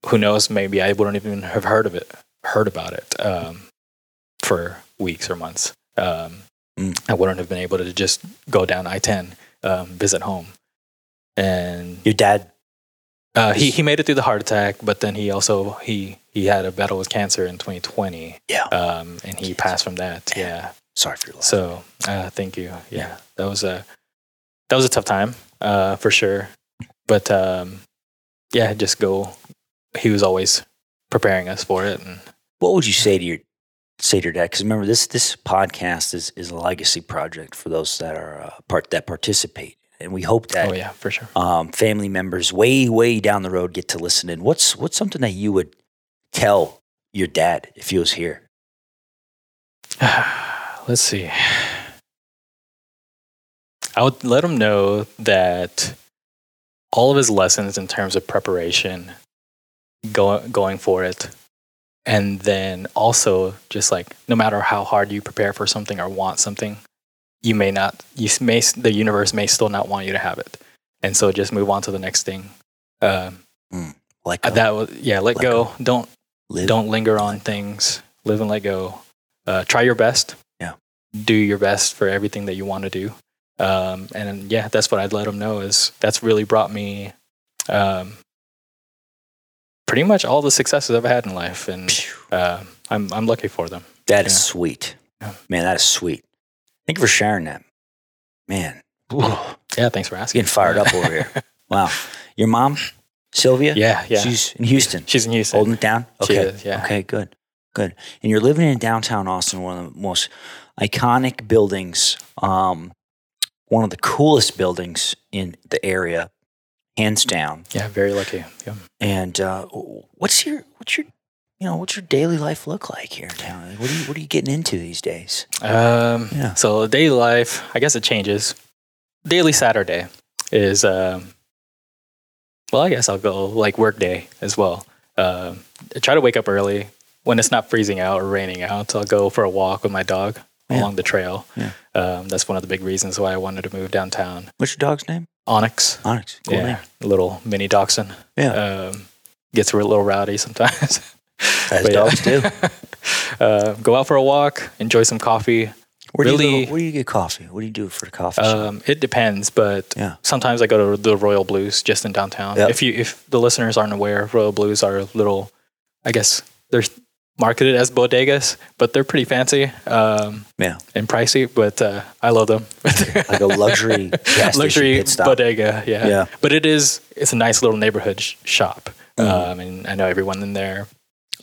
Speaker 2: who knows? Maybe I wouldn't even have heard of it, heard about it, um, for weeks or months. Um,
Speaker 1: Mm.
Speaker 2: I wouldn't have been able to just go down I-10, um, visit home, and
Speaker 1: Your dad,
Speaker 2: uh, he he made it through the heart attack, but then he also he he had a battle with cancer in 2020,
Speaker 1: yeah.
Speaker 2: um, and he passed from that. Yeah.
Speaker 1: Sorry for your loss.
Speaker 2: So uh, thank you. Yeah, that was a that was a tough time uh, for sure. But um, yeah, just go. He was always preparing us for it, and
Speaker 1: what would you say to your say to your dad? Because remember, this this podcast is is a legacy project for those that are uh, part that participate, and we hope that
Speaker 2: oh yeah, for sure.
Speaker 1: um, family members way way down the road get to listen in. What's what's something that you would tell your dad if he was here?
Speaker 2: Let's see. I would let him know that all of his lessons in terms of preparation, go, going for it, and then also just like no matter how hard you prepare for something or want something, you may not, you s- may, s- the universe may still not want you to have it, and so just move on to the next thing. Um,
Speaker 1: Like
Speaker 2: uh, that was yeah. Let
Speaker 1: Let
Speaker 2: go. Don't
Speaker 1: live,
Speaker 2: don't linger on things. Live and let go. Uh, try your best.
Speaker 1: Yeah.
Speaker 2: Do your best for everything that you want to do. Um, and yeah, that's what I'd let them know is that's really brought me um, pretty much all the successes I've had in life, and
Speaker 1: Phew.
Speaker 2: uh, I'm I'm lucky for them.
Speaker 1: That is
Speaker 2: Yeah.
Speaker 1: sweet,
Speaker 2: Yeah.
Speaker 1: man. That is sweet. Thank you for sharing that, man. It's
Speaker 2: Yeah, thanks for asking.
Speaker 1: getting fired up over here. Wow, your mom, Sylvia?
Speaker 2: Yeah, yeah.
Speaker 1: She's in Houston.
Speaker 2: She's in Houston.
Speaker 1: Holding it down?
Speaker 2: She
Speaker 1: Okay.
Speaker 2: is, yeah.
Speaker 1: Okay, good. Good. And you're living in downtown Austin, one of the most iconic buildings, um, one of the coolest buildings in the area, hands down.
Speaker 2: Yeah, very lucky. Yeah.
Speaker 1: And uh, what's your what's your you know, what's your daily life look like here in town? What are you what are you getting into these days?
Speaker 2: Um,
Speaker 1: Yeah.
Speaker 2: So daily life, I guess it changes. Daily Saturday is, um, well, I guess I'll go like work day as well. Um, I try to wake up early when it's not freezing out or raining out. I'll go for a walk with my dog
Speaker 1: Yeah.
Speaker 2: along the trail.
Speaker 1: Yeah.
Speaker 2: Um, that's one of the big reasons why I wanted to move downtown.
Speaker 1: What's your dog's name?
Speaker 2: Onyx,
Speaker 1: Onyx. Cool name.
Speaker 2: yeah, little mini dachshund.
Speaker 1: Yeah.
Speaker 2: Um, gets a little rowdy sometimes.
Speaker 1: As
Speaker 2: But yeah.
Speaker 1: dogs do.
Speaker 2: uh, go out for a walk, enjoy some coffee.
Speaker 1: Where do you
Speaker 2: Really-
Speaker 1: go, where do you get coffee? What do you do for the coffee? shop?
Speaker 2: Um, it depends, but
Speaker 1: Yeah.
Speaker 2: sometimes I go to the Royal Blues just in downtown.
Speaker 1: Yep.
Speaker 2: If you if the listeners aren't aware, Royal Blues are little, I guess they're marketed as bodegas, but they're pretty fancy um,
Speaker 1: yeah,
Speaker 2: and pricey. But uh, I love them.
Speaker 1: like a luxury gas station
Speaker 2: luxury
Speaker 1: pit stop.
Speaker 2: bodega. Yeah.
Speaker 1: Yeah.
Speaker 2: but it is it's a nice little neighborhood sh- shop.
Speaker 1: Mhm.
Speaker 2: Um, and I know everyone in there.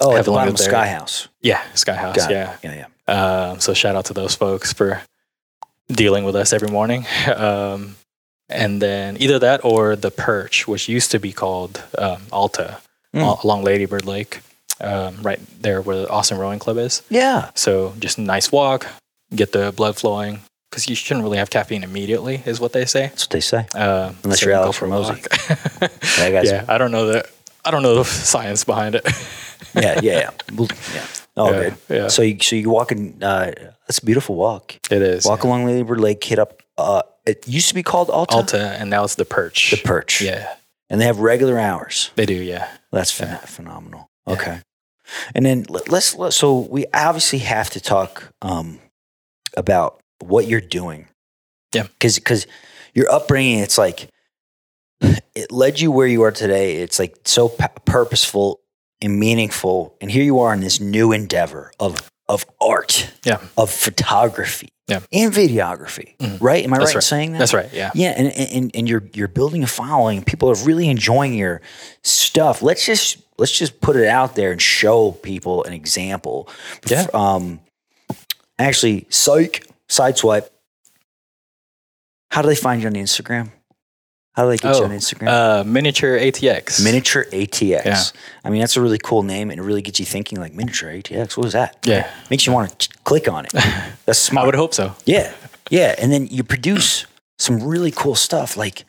Speaker 1: Oh, at
Speaker 2: have
Speaker 1: the
Speaker 2: a little
Speaker 1: bottom of
Speaker 2: there.
Speaker 1: Sky House.
Speaker 2: Yeah, Sky House.
Speaker 1: Got it.
Speaker 2: yeah,
Speaker 1: Yeah, yeah.
Speaker 2: Um, so shout out to those folks for dealing with us every morning. Um, and then either that or the Perch, which used to be called um, Alta,
Speaker 1: Mm.
Speaker 2: al- along Ladybird Lake, um, right there where the Austin Rowing Club is.
Speaker 1: Yeah.
Speaker 2: So just a nice walk, get the blood flowing because you shouldn't really have caffeine immediately, is what they say.
Speaker 1: That's what they say.
Speaker 2: Uh,
Speaker 1: Unless
Speaker 2: so
Speaker 1: you're
Speaker 2: go
Speaker 1: Alex
Speaker 2: for a
Speaker 1: Ramosi.
Speaker 2: walk.
Speaker 1: That guy's, yeah.
Speaker 2: yeah, I don't know the I don't know the science behind it.
Speaker 1: yeah, yeah, yeah. Well, yeah. Oh,
Speaker 2: yeah,
Speaker 1: good.
Speaker 2: yeah,
Speaker 1: So you so you walk in. Uh, that's a beautiful walk.
Speaker 2: it is
Speaker 1: Walk along Labor Lake, hit up. Uh, it used to be called Alta,
Speaker 2: Alta, and now it's the Perch.
Speaker 1: the Perch.
Speaker 2: yeah.
Speaker 1: and they have regular hours.
Speaker 2: They do, yeah.
Speaker 1: That's phen- phenomenal. Okay, and then let, let's let, so we obviously have to talk um, about what you're doing.
Speaker 2: Yeah.
Speaker 1: because because your upbringing, it's like it led you where you are today. It's like so p- purposeful and meaningful, and here you are in this new endeavor of of art,
Speaker 2: Yeah.
Speaker 1: of photography,
Speaker 2: Yeah.
Speaker 1: and videography.
Speaker 2: Mhm.
Speaker 1: Right? Am I
Speaker 2: That's
Speaker 1: right in
Speaker 2: right.
Speaker 1: saying that?
Speaker 2: That's right. Yeah.
Speaker 1: Yeah, and, and- and and you're you're building a following. People are really enjoying your stuff. Let's just let's just put it out there and show people an example.
Speaker 2: Yeah.
Speaker 1: Um. Actually, psych sideswipe. How do they find you on Instagram? How do they get you
Speaker 2: Oh,
Speaker 1: on Instagram?
Speaker 2: Uh, miniature ATX.
Speaker 1: miniature ATX.
Speaker 2: yeah.
Speaker 1: I mean, that's a really cool name, and it really gets you thinking. Like miniature ATX, what is that?
Speaker 2: Yeah.
Speaker 1: makes you want to click on it. That's
Speaker 2: I
Speaker 1: smart.
Speaker 2: would hope so.
Speaker 1: Yeah. Yeah. And then you produce some really cool stuff like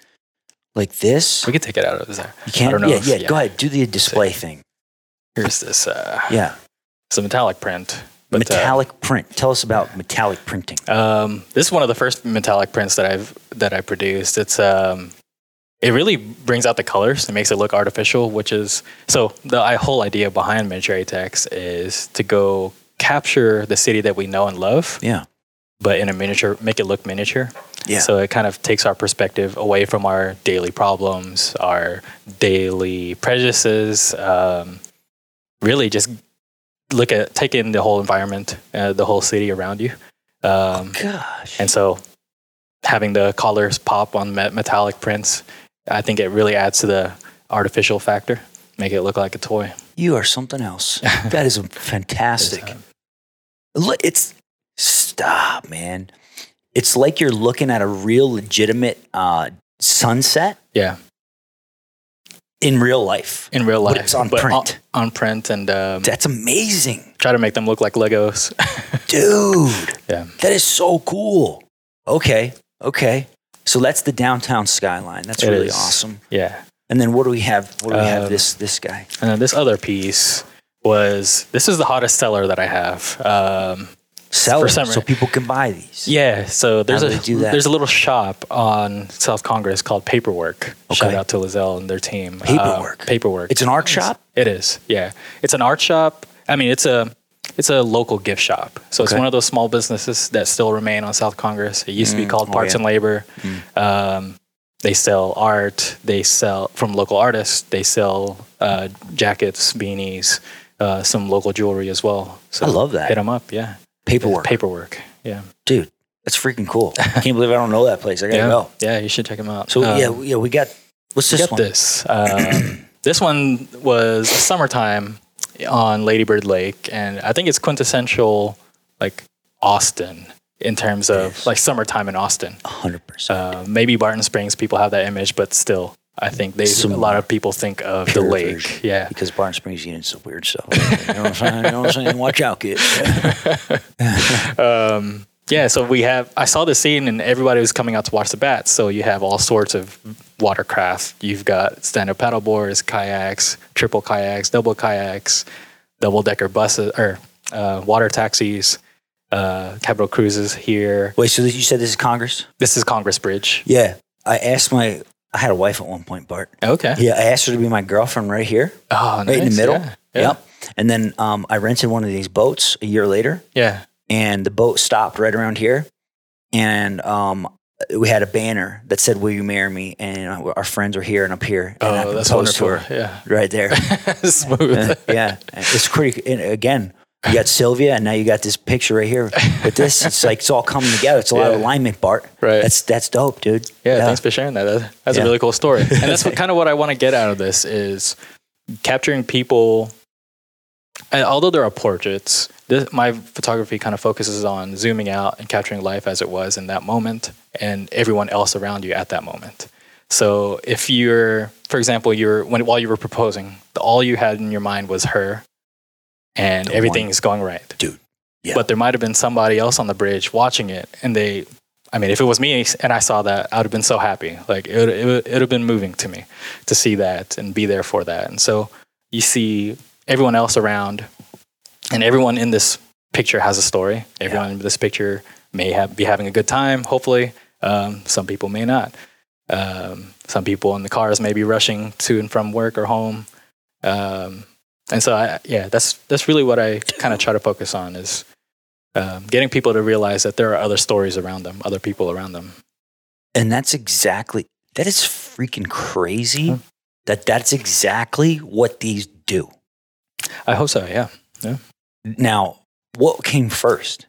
Speaker 1: like this.
Speaker 2: We could take it out of there.
Speaker 1: You can't
Speaker 2: I don't know
Speaker 1: yeah,
Speaker 2: if-
Speaker 1: yeah,
Speaker 2: yeah.
Speaker 1: Go ahead. Do the display thing.
Speaker 2: Here's this. Uh,
Speaker 1: Yeah.
Speaker 2: it's a metallic print. But, uh,
Speaker 1: metallic print. Tell us about metallic printing.
Speaker 2: um, this is one of the first metallic prints that I've that I produced. It's um, it really brings out the colors. It makes it look artificial, which is so the I- whole idea behind miniature ATX is to go capture the city that we know and love,
Speaker 1: Yeah.
Speaker 2: but in a miniature, make it look miniature.
Speaker 1: Yeah.
Speaker 2: So it kind of takes our perspective away from our daily problems, our daily prejudices. Um, really, just look at take in the whole environment, uh, the whole city around you. Um,
Speaker 1: Gosh.
Speaker 2: and so, having the colors pop on met- metallic prints, I think it really adds to the artificial factor, make it look like a toy.
Speaker 1: You are something else. That is fantastic.
Speaker 2: uh,
Speaker 1: Look, it's stop, man. It's like you're looking at a real legitimate uh, sunset
Speaker 2: Yeah,
Speaker 1: in real life.
Speaker 2: in real
Speaker 1: But
Speaker 2: life,
Speaker 1: it's on print.
Speaker 2: on, print, and um,
Speaker 1: That's amazing.
Speaker 2: try to make them look like Legos.
Speaker 1: Mm-hmm. dude.
Speaker 2: Yeah.
Speaker 1: That is so cool. Okay. Okay. So that's the downtown skyline. That's
Speaker 2: It
Speaker 1: really
Speaker 2: is.
Speaker 1: awesome.
Speaker 2: yeah.
Speaker 1: And then what do we have? What do we have?
Speaker 2: Um,
Speaker 1: This this guy.
Speaker 2: And then this other piece was this is the hottest seller that I have. Um,
Speaker 1: Sell it
Speaker 2: some
Speaker 1: so
Speaker 2: reason-
Speaker 1: people can buy these.
Speaker 2: yeah, so there's
Speaker 1: do
Speaker 2: a
Speaker 1: they do that?
Speaker 2: there's a little shop on South Congress called Paperwork. Shout
Speaker 1: Okay.
Speaker 2: out to Lizelle and their team. Uh,
Speaker 1: Paperwork.
Speaker 2: paperwork.
Speaker 1: It's an art shop.
Speaker 2: It is. Yeah, it's an art shop. I mean, it's a it's a local gift shop. So it's
Speaker 1: Okay.
Speaker 2: one of those small businesses that still remain on South Congress. It used to be
Speaker 1: Mm,
Speaker 2: called
Speaker 1: oh,
Speaker 2: Parts
Speaker 1: yeah.
Speaker 2: and Labor. Um, they sell art. They sell from local artists. They sell uh, jackets, beanies, uh, some local jewelry as well. So
Speaker 1: I love that.
Speaker 2: Hit them up. Yeah.
Speaker 1: Paperwork.
Speaker 2: Paperwork. Yeah.
Speaker 1: dude, that's freaking cool. I can't believe I don't know that place. I gotta
Speaker 2: Yeah.
Speaker 1: go.
Speaker 2: Yeah. You should check them out.
Speaker 1: So
Speaker 2: Um,
Speaker 1: yeah, yeah, we got what's
Speaker 2: we
Speaker 1: this
Speaker 2: got
Speaker 1: one?
Speaker 2: this. Um, This one was summertime on Ladybird Lake, and I think it's quintessential like Austin in terms of
Speaker 1: Yes. Oh.
Speaker 2: like summertime in Austin.
Speaker 1: hundred percent.
Speaker 2: Uh, maybe Barton Springs people have that image, but still, I think they
Speaker 1: Some
Speaker 2: a lot of people think of the
Speaker 1: pure
Speaker 2: lake.
Speaker 1: version.
Speaker 2: Yeah,
Speaker 1: Because Barton Springs eating some weird stuff. You know what I'm saying? You know what I'm saying? Watch out, kid.
Speaker 2: um, yeah. So we have. I saw this scene, and everybody was coming out to watch the bats. So you have all sorts of watercraft. You've got standard paddleboards, kayaks, triple kayaks, double kayaks, double decker buses or uh, water taxis, uh, capital cruises. Here,
Speaker 1: Wait, so you said this is Congress?
Speaker 2: this is Congress Bridge.
Speaker 1: Yeah. I asked my, I had a wife at one point, Bart.
Speaker 2: Okay.
Speaker 1: Yeah, I asked her to be my girlfriend right here,
Speaker 2: Oh,
Speaker 1: right in the
Speaker 2: nice,
Speaker 1: middle.
Speaker 2: Yeah. Yeah.
Speaker 1: Yep. And then um, I rented one of these boats a year later,
Speaker 2: yeah.
Speaker 1: and the boat stopped right around here. And um, we had a banner that said, Will you marry me? And I- our friends were here and up here. And I
Speaker 2: Oh, that's
Speaker 1: proposed to
Speaker 2: wonderful. Yeah.
Speaker 1: her right there.
Speaker 2: Smooth.
Speaker 1: Uh, yeah, it's pretty. And again, you got Sylvia, and now you got this picture right here. With this, it's like it's all coming together. It's a lot of
Speaker 2: Yeah.
Speaker 1: alignment, Bart.
Speaker 2: Right.
Speaker 1: That's that's dope, dude.
Speaker 2: yeah, thanks for sharing that. That- That's
Speaker 1: Yeah.
Speaker 2: a really cool story. And that's what kind of what I want to get out of this is capturing people. And although there are portraits, this, my photography kind of focuses on zooming out and capturing life as it was in that moment and everyone else around you at that moment. So if you're, for example, you're when while you were proposing, all you had in your mind was her, and
Speaker 1: The one.
Speaker 2: everything is going right.
Speaker 1: Yeah.
Speaker 2: but there might have been somebody else on the bridge watching it and they i mean if it was me and i saw that i would have been so happy like it would it would, it would have been moving to me to see that and be there for that and so you see everyone else around and everyone in this picture has a story everyone in this picture may have, be having a good time hopefully um, some people may not um, some people in the cars may be rushing to and from work or home um, and so I, yeah that's that's really what i kind of try to focus on is um, getting people to realize that there are other stories around them, other people around them.
Speaker 1: And that's exactly that is freaking crazy.
Speaker 2: Huh.
Speaker 1: That that's exactly what these do.
Speaker 2: I hope so. Yeah.
Speaker 1: Now, what came first?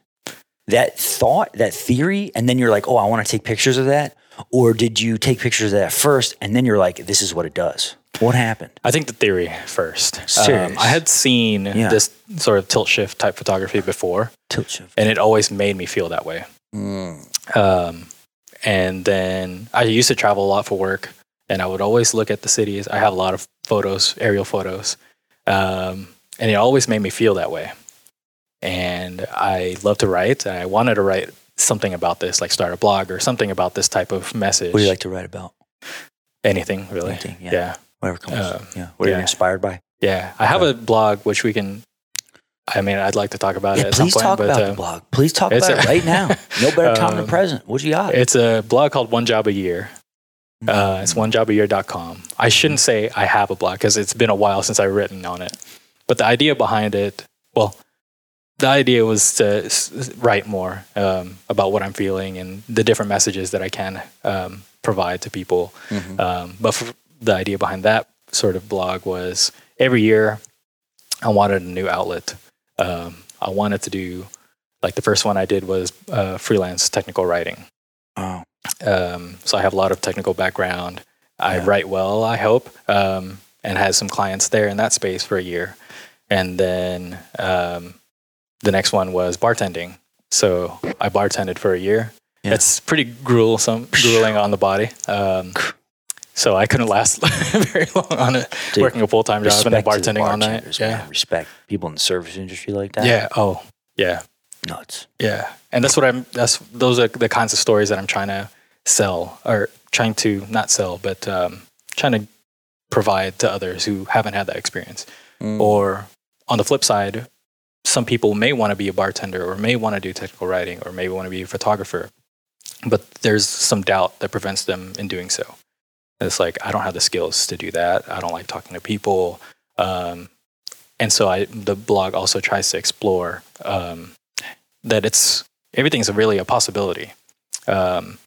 Speaker 1: That thought, that theory, and then you're like, oh, I want to take pictures of that. Or did you take pictures of that first, and then you're like, this is what it does? What happened?
Speaker 2: I think the theory first. Um,
Speaker 1: Serious.
Speaker 2: I had seen
Speaker 1: Yeah.
Speaker 2: this sort of tilt shift type photography before,
Speaker 1: Tilt shift.
Speaker 2: and it always made me feel that way.
Speaker 1: Mm.
Speaker 2: Um, and then I used to travel a lot for work, and I would always look at the cities. I have a lot of photos, aerial photos, um, and it always made me feel that way. And I love to write. and I wanted to write something about this, like start a blog or something about this type of message.
Speaker 1: What do you like to write about?
Speaker 2: Anything really?
Speaker 1: Anything, yeah.
Speaker 2: yeah. yeah.
Speaker 1: Whatever comes.
Speaker 2: Uh,
Speaker 1: yeah. What are
Speaker 2: yeah.
Speaker 1: you inspired by?
Speaker 2: Yeah, I have a blog which we can. I mean, I'd like to talk about it
Speaker 1: Yeah,
Speaker 2: at some
Speaker 1: please
Speaker 2: point,
Speaker 1: talk
Speaker 2: but
Speaker 1: about
Speaker 2: uh,
Speaker 1: the blog. Please talk
Speaker 2: it's
Speaker 1: about
Speaker 2: a-
Speaker 1: it right now. No better time than
Speaker 2: Um,
Speaker 1: present. What you got?
Speaker 2: it's a blog called One Job a Year.
Speaker 1: Mm-hmm.
Speaker 2: Uh, it's onejobayear.com. I shouldn't say I have a blog because it's been a while since I've written on it. But the idea behind it, well, the idea was to s- s- write more um, about what I'm feeling and the different messages that I can um, provide to people.
Speaker 1: Mhm.
Speaker 2: Um, but f the idea behind that sort of blog was every year I wanted a new outlet. Um, I wanted to do, like, the first one I did was uh, freelance technical writing.
Speaker 1: Oh,
Speaker 2: Um, so I have a lot of technical background. I
Speaker 1: Yeah.
Speaker 2: write well, I hope, um, and had some clients there in that space for a year. And then um, the next one was bartending. So I bartended for a year.
Speaker 1: Yeah.
Speaker 2: It's pretty gruesome, grueling on the body. Um, so I couldn't last very long on it,
Speaker 1: Dude,
Speaker 2: working a full time job and then
Speaker 1: respect to the
Speaker 2: bartending all night.
Speaker 1: bartenders,
Speaker 2: Yeah.
Speaker 1: man. Respect people in the service industry like that.
Speaker 2: Yeah. Oh, yeah.
Speaker 1: Nuts.
Speaker 2: Yeah, and that's what I'm. That's those are the kinds of stories that I'm trying to sell or trying to not sell, but um, trying to provide to others who haven't had that experience. Mm.
Speaker 1: Mm.
Speaker 2: Or on the flip side, some people may want to be a bartender or may want to do technical writing or may want to be a photographer, but there's some doubt that prevents them in doing so. It's like I don't have the skills to do that. I don't like talking to people, um, and so I the blog also tries to explore um, that it's everything's really a possibility. Um,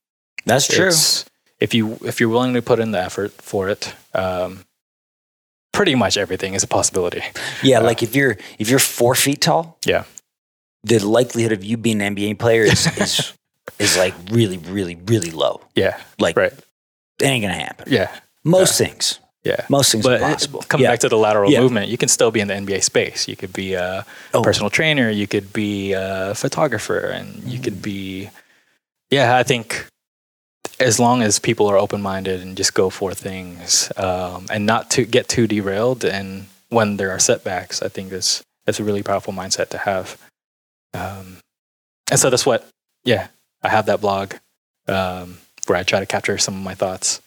Speaker 1: That's true.
Speaker 2: it's- if you if you're willing to put in the effort for it, um, pretty much everything is a possibility.
Speaker 1: Yeah,
Speaker 2: Uh,
Speaker 1: like if you're if you're four feet tall,
Speaker 2: Yeah.
Speaker 1: the likelihood of you being an NBA player is is, is like really, really, really low.
Speaker 2: Yeah.
Speaker 1: Like
Speaker 2: Right.
Speaker 1: that ain't gonna happen.
Speaker 2: Yeah.
Speaker 1: Most things.
Speaker 2: Yeah.
Speaker 1: Most things
Speaker 2: But
Speaker 1: are possible.
Speaker 2: it- coming
Speaker 1: Yeah.
Speaker 2: back to the lateral
Speaker 1: Yeah.
Speaker 2: movement, you can still be in the NBA space. You could be a
Speaker 1: Oh.
Speaker 2: personal trainer, you could be a photographer, and you could be, yeah, I think as long as people are open minded and just go for things um, and not to get too derailed, and when there are setbacks, I think that's, that's a really powerful mindset to have. Um, and so that's what, yeah, I have that blog um, where I try to capture some of my thoughts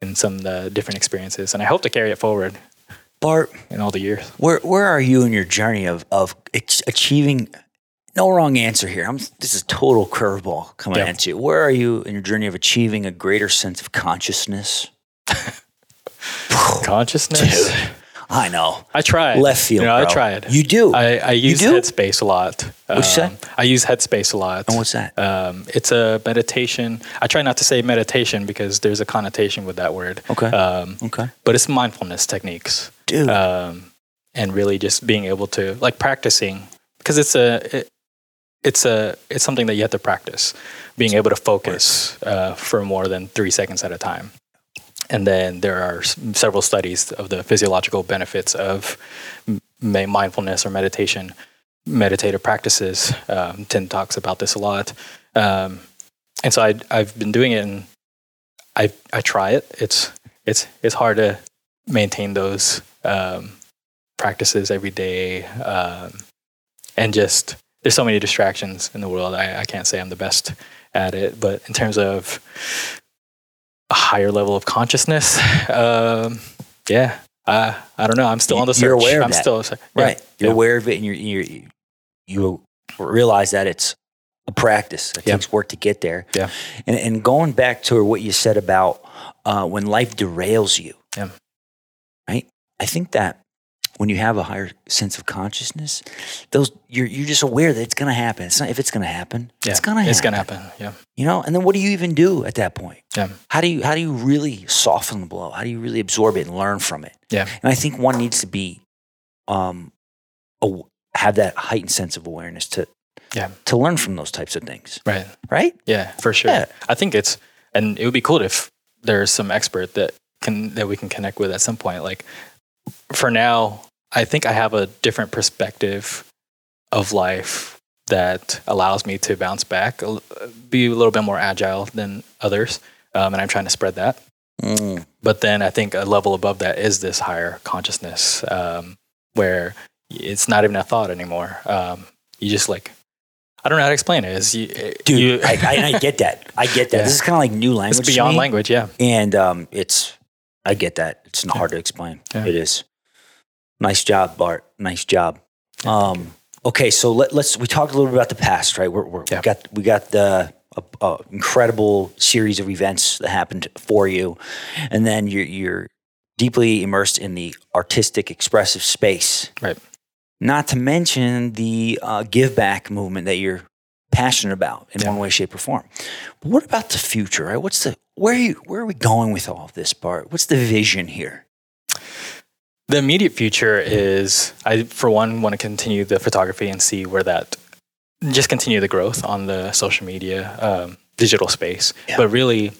Speaker 2: and some of the different experiences. And I hope to carry it forward
Speaker 1: Bart,
Speaker 2: in all the years.
Speaker 1: where where are you in your journey of of ach- achieving? No wrong answer here. I'm, this is total curveball coming
Speaker 2: Yeah.
Speaker 1: at you. Where are you in your journey of achieving a greater sense of consciousness?
Speaker 2: Consciousness.
Speaker 1: I know.
Speaker 2: I tried.
Speaker 1: Left field.
Speaker 2: You know,
Speaker 1: bro.
Speaker 2: I tried.
Speaker 1: You do.
Speaker 2: I, I use
Speaker 1: do?
Speaker 2: Headspace a lot. Um,
Speaker 1: What'd you say?
Speaker 2: I use Headspace a lot.
Speaker 1: and what's that?
Speaker 2: Um, it's a meditation. I try not to say meditation because there's a connotation with that word.
Speaker 1: Okay.
Speaker 2: Um,
Speaker 1: okay.
Speaker 2: but it's mindfulness techniques
Speaker 1: Dude.
Speaker 2: um, and really just being able to like practicing because it's a it, it's a it's something that you have to practice being able to focus uh, for more than three seconds at a time and then there are s- several studies of the physiological benefits of m- ma- mindfulness or meditation meditative practices um, tim talks about this a lot um, and so I, i've been doing it and I, I try it it's it's it's hard to maintain those um, practices every day um, and just there's so many distractions in the world I, I can't say i'm the best at it but in terms of a higher level of consciousness um, yeah I, I don't know i'm still on the search
Speaker 1: You're aware of
Speaker 2: i'm
Speaker 1: that.
Speaker 2: still yeah,
Speaker 1: Right. You're
Speaker 2: yeah.
Speaker 1: aware of it and you're, you're, you realize that it's a practice. It
Speaker 2: Yeah.
Speaker 1: takes work to get there.
Speaker 2: Yeah.
Speaker 1: And, and going back to what you said about uh, when life derails you.
Speaker 2: Yeah.
Speaker 1: Right. I think that when you have a higher sense of consciousness, those you're, you're just aware that it's going to happen. It's not if it's going to happen,
Speaker 2: yeah.
Speaker 1: it's going to happen.
Speaker 2: it's gonna happen yeah
Speaker 1: You know, and then what do you even do at that point?
Speaker 2: Yeah.
Speaker 1: How do you how do you really soften the blow? How do you really absorb it and learn from it?
Speaker 2: Yeah.
Speaker 1: And I think one needs to be um aw- have that heightened sense of awareness to
Speaker 2: Yeah.
Speaker 1: to learn from those types of things,
Speaker 2: right
Speaker 1: right?
Speaker 2: Yeah, for sure.
Speaker 1: Yeah.
Speaker 2: I think it's, and it would be cool if there's some expert that can that we can connect with at some point. Like for now, I think I have a different perspective of life that allows me to bounce back, a l- be a little bit more agile than others, um, and I'm trying to spread that.
Speaker 1: Mm.
Speaker 2: But then I think a level above that is this higher consciousness, um, where it's not even a thought anymore. Um, you just like, I don't know how to explain it. It's, you,
Speaker 1: Dude,
Speaker 2: you-
Speaker 1: I, I, and I get that. I get that.
Speaker 2: Yeah.
Speaker 1: This is kind of like new language.
Speaker 2: it's
Speaker 1: to
Speaker 2: beyond
Speaker 1: me,
Speaker 2: language, yeah.
Speaker 1: And um, it's I get that. It's not hard to explain.
Speaker 2: Yeah.
Speaker 1: It is. Nice job, Bart. Nice job. Um, okay, so let, let's we talked a little bit about the past, right? We're, we're,
Speaker 2: Yeah.
Speaker 1: We got we got the uh, uh, incredible series of events that happened for you, and then you're you're deeply immersed in the artistic expressive space,
Speaker 2: Right.
Speaker 1: Not to mention the uh, give back movement that you're passionate about in
Speaker 2: Yeah.
Speaker 1: one way, shape, or form. But what about the future? Right? What's the where are you, where are we going with all of this, Bart? What's the vision here?
Speaker 2: The immediate future is I, for one, want to continue the photography and see where that just continue the growth on the social media, um, digital space.
Speaker 1: Yeah.
Speaker 2: But really,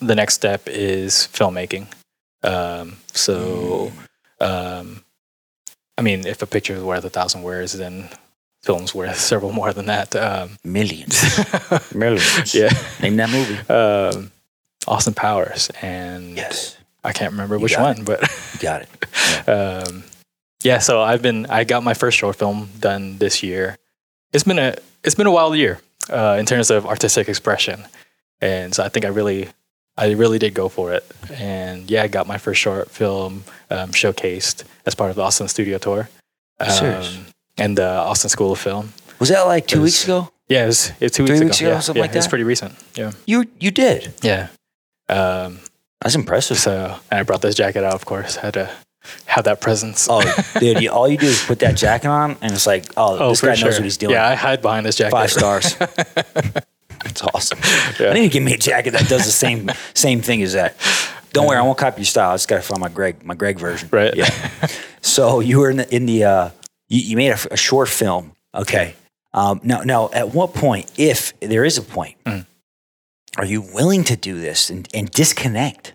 Speaker 2: the next step is filmmaking. Um, so, um, I mean, if a picture is worth a thousand words, then film's worth several more than that. Um,
Speaker 1: Millions, millions.
Speaker 2: yeah.
Speaker 1: Name that movie.
Speaker 2: Um, Austin Powers. And
Speaker 1: Yes,
Speaker 2: I can't remember
Speaker 1: You
Speaker 2: which
Speaker 1: got
Speaker 2: one, but.
Speaker 1: you got it.
Speaker 2: um, yeah, so I've been I got my first short film done this year. It's been a it's been a wild year uh, in terms of artistic expression, and so I think I really I really did go for it. And yeah, I got my first short film um, showcased as part of the Austin Studio Tour Um,
Speaker 1: Serious?
Speaker 2: and the Austin School of Film.
Speaker 1: Was that like two
Speaker 2: It was-
Speaker 1: weeks ago?
Speaker 2: Yeah, it was it's two
Speaker 1: Three
Speaker 2: weeks,
Speaker 1: weeks ago,
Speaker 2: Yeah,
Speaker 1: something
Speaker 2: yeah,
Speaker 1: like
Speaker 2: It's
Speaker 1: that?
Speaker 2: pretty recent. Yeah,
Speaker 1: You you did.
Speaker 2: yeah. Um,
Speaker 1: That's impressive.
Speaker 2: so and I brought this jacket out, of course. Had to have that presence.
Speaker 1: Oh, dude, you, all you do is put that jacket on, and it's like, oh,
Speaker 2: Oh,
Speaker 1: this
Speaker 2: for
Speaker 1: guy
Speaker 2: sure.
Speaker 1: knows what he's doing.
Speaker 2: Yeah, I hide behind this jacket.
Speaker 1: Five stars. That's awesome.
Speaker 2: Yeah.
Speaker 1: I need to give me a jacket that does the same same thing as that. Don't worry, I won't copy your style. I just got to find my Greg my Greg version.
Speaker 2: Right.
Speaker 1: Yeah. So you were in the in the uh, you, you made a, f- a short film. Okay. Um, now now at what point, if there is a point,
Speaker 2: Mm.
Speaker 1: are you willing to do this and, and disconnect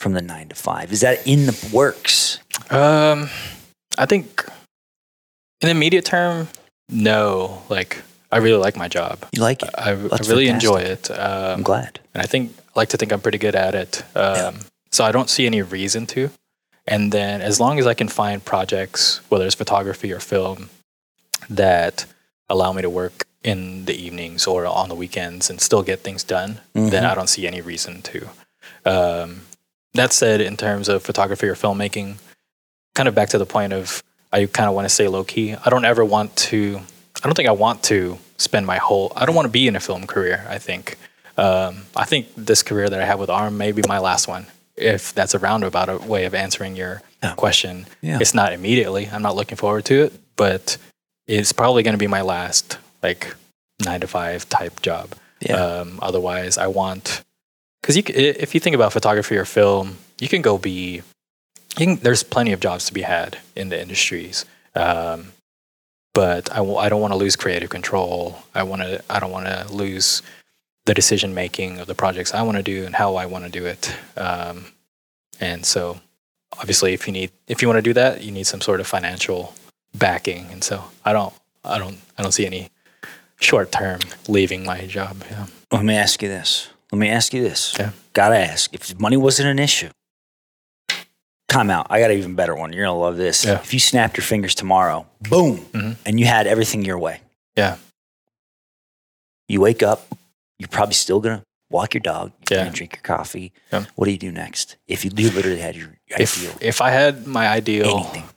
Speaker 1: from the nine to five? Is that in the works?
Speaker 2: Um, I think in the immediate term, no. Like, I really like my job.
Speaker 1: You like it?
Speaker 2: I, I really
Speaker 1: That's
Speaker 2: enjoy it. Um,
Speaker 1: I'm glad.
Speaker 2: and I think I like to think I'm pretty good at it. Um, So I don't see any reason to. And then as long as I can find projects, whether it's photography or film, that allow me to work in the evenings or on the weekends and still get things done, then I don't see any reason to. Um, that said, in terms of photography or filmmaking, kind of back to the point of I kind of want to stay low key. I don't ever want to. I don't think I want to spend my whole. I don't want to be in a film career. I think. Um, I think this career that I have with ARM may be my last one. If that's a roundabout a- way of answering your
Speaker 1: Yeah.
Speaker 2: question,
Speaker 1: Yeah.
Speaker 2: it's not immediately. I'm not looking forward to it, but it's probably going to be my last like nine to five type job.
Speaker 1: Yeah.
Speaker 2: Um, otherwise, I want because you c- i- if you think about photography or film, you can go be. You can, there's plenty of jobs to be had in the industries, um, but I, w- I don't want to lose creative control. I want to. I don't want to lose the decision making of the projects I want to do and how I want to do it. Um, and so, obviously, if you need if you want to do that, you need some sort of financial backing. And so, I don't. I don't. I don't see any short term leaving my job. Yeah.
Speaker 1: Let me ask you this. Let me ask you this.
Speaker 2: Yeah.
Speaker 1: Gotta ask. If money wasn't an issue, time out. I got an even better one. You're gonna love this.
Speaker 2: Yeah.
Speaker 1: If you snapped your fingers tomorrow, boom,
Speaker 2: Mhm.
Speaker 1: and you had everything your way.
Speaker 2: Yeah.
Speaker 1: You wake up, you're probably still gonna walk your dog, you're
Speaker 2: Yeah.
Speaker 1: gonna drink your coffee.
Speaker 2: Yeah.
Speaker 1: What do you do next? If you, you literally had your ideal
Speaker 2: If if I had my ideal,
Speaker 1: anything.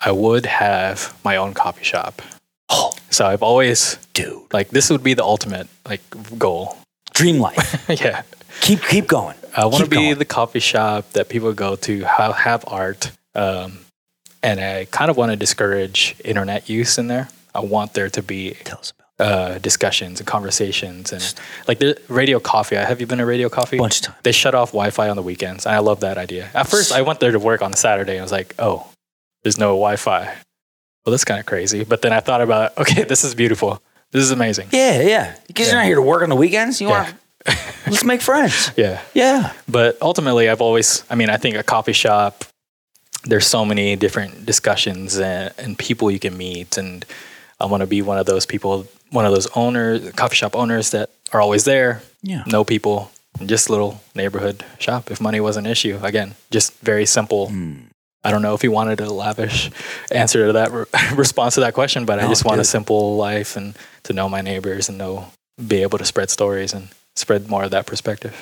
Speaker 2: I would have my own coffee shop.
Speaker 1: Oh,
Speaker 2: So I've always
Speaker 1: dude.
Speaker 2: like this would be the ultimate like goal.
Speaker 1: Dream life.
Speaker 2: yeah.
Speaker 1: keep keep going.
Speaker 2: I want to
Speaker 1: Keep
Speaker 2: be
Speaker 1: going.
Speaker 2: the coffee shop that people go to have, have art. Um, and I kind of want to discourage internet use in there. I want there to be
Speaker 1: Tell us about
Speaker 2: uh, discussions and conversations and like the radio coffee. Have you been to radio coffee?
Speaker 1: it. Bunch of time.
Speaker 2: They shut off Wi-Fi on the weekends, and I love that idea. At first, I went there to work on Saturday, and I was like, "Oh, there's no Wi-Fi." Well, that's kind of crazy. But then I thought about, okay, this is beautiful. This is amazing.
Speaker 1: Yeah, yeah. Because you're
Speaker 2: Yeah.
Speaker 1: not here to work on the weekends. You
Speaker 2: Yeah.
Speaker 1: want let's make friends.
Speaker 2: Yeah.
Speaker 1: Yeah.
Speaker 2: But ultimately, I've always, I mean, I think a coffee shop, there's so many different discussions and, and people you can meet. And I want to be one of those people, one of those owners, coffee shop owners that are always there,
Speaker 1: Yeah.
Speaker 2: no people, just little neighborhood shop. If money was an issue, again, just very simple.
Speaker 1: Mm-hmm.
Speaker 2: I don't know if you wanted a lavish answer to that re- response to that question, but I
Speaker 1: No,
Speaker 2: just want a
Speaker 1: dude.
Speaker 2: simple life and to know my neighbors and know, be able to spread stories and spread more of that perspective.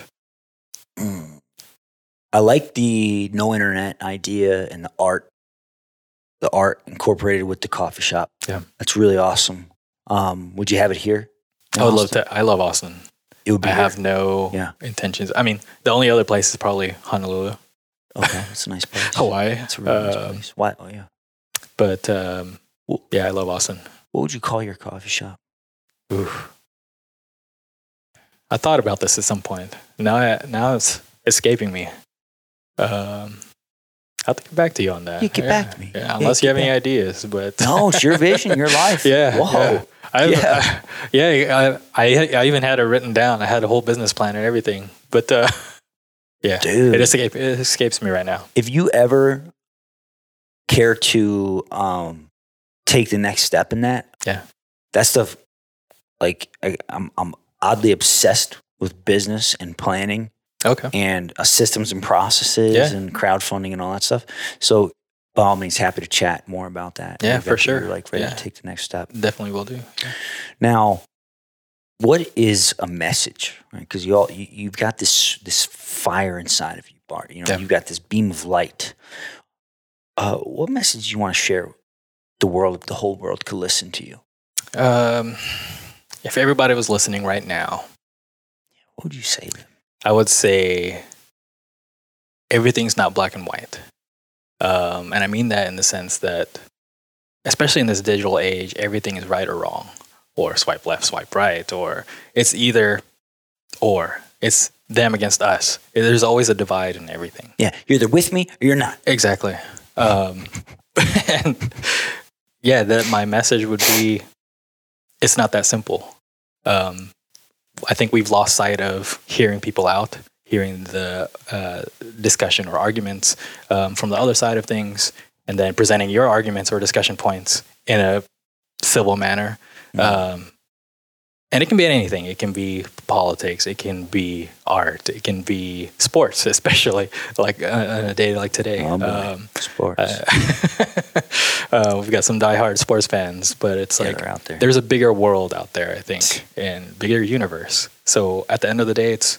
Speaker 1: Mm. I like the no internet idea and the art, the art incorporated with the coffee shop.
Speaker 2: Yeah.
Speaker 1: That's really awesome. Um, would you have it here? in
Speaker 2: I would love
Speaker 1: Austin?
Speaker 2: to. I love Austin.
Speaker 1: It would be
Speaker 2: I
Speaker 1: here.
Speaker 2: have no
Speaker 1: Yeah.
Speaker 2: intentions. I mean, the only other place is probably Honolulu,
Speaker 1: Okay, that's a nice place.
Speaker 2: Hawaii.
Speaker 1: That's a really nice
Speaker 2: Um,
Speaker 1: place. Why? Oh yeah.
Speaker 2: But um,
Speaker 1: Well-
Speaker 2: yeah, I love Austin.
Speaker 1: What would you call your coffee shop?
Speaker 2: I thought about this at some point. Now, I, now it's escaping me. Um, I'll think back to you on that.
Speaker 1: Yeah, get
Speaker 2: yeah.
Speaker 1: back to me.
Speaker 2: Yeah,
Speaker 1: Yeah,
Speaker 2: unless you
Speaker 1: get
Speaker 2: have any ideas, but
Speaker 1: No, it's your vision, your life.
Speaker 2: yeah,
Speaker 1: Whoa.
Speaker 2: yeah. I,
Speaker 1: Yeah.
Speaker 2: yeah, yeah. I, I, I even had it written down. I had a whole business plan and everything, but uh, yeah,
Speaker 1: Dude.
Speaker 2: it escapes it escapes me right now.
Speaker 1: if you ever care to um, take the next step in that,
Speaker 2: Yeah.
Speaker 1: that stuff. Like I, I'm, I'm oddly obsessed with business and planning
Speaker 2: Okay.
Speaker 1: and uh, systems and processes
Speaker 2: Yeah.
Speaker 1: and crowdfunding and all that stuff. So by all means, happy to chat more about that.
Speaker 2: Yeah,
Speaker 1: If
Speaker 2: for
Speaker 1: ever you're,
Speaker 2: sure.
Speaker 1: Like ready
Speaker 2: Yeah.
Speaker 1: to take the next step.
Speaker 2: Definitely will do.
Speaker 1: Now, what is a message? Because you all you, you've got this this fire inside of you, Bart. You know,
Speaker 2: Yeah.
Speaker 1: you've got this beam of light. Uh, what message do you want to share? with The world, if the whole world could listen to you.
Speaker 2: Um, if everybody was listening right now,
Speaker 1: What would you say? to them?
Speaker 2: I would say everything's not black and white. Um, and I mean that in the sense that, especially in this digital age, everything is right or wrong, or swipe left, swipe right, or it's either or. It's them against us. There's always a divide in everything.
Speaker 1: Yeah, you're either with me or you're not.
Speaker 2: Exactly. Um, and yeah, that my message would be it's not that simple. Um, I think we've lost sight of hearing people out, hearing the uh, discussion or arguments um, from the other side of things, and then presenting your arguments or discussion points in a civil manner. Um, and it can be in anything. It can be politics. It can be art. It can be sports, especially like uh, on a day like today.
Speaker 1: Oh, boy.
Speaker 2: um,
Speaker 1: Sports.
Speaker 2: uh, uh, we've got some diehard sports fans, but it's
Speaker 1: Yeah,
Speaker 2: like
Speaker 1: they're out there.
Speaker 2: there's a bigger world out there, I think, and bigger universe. So at the end of the day, it's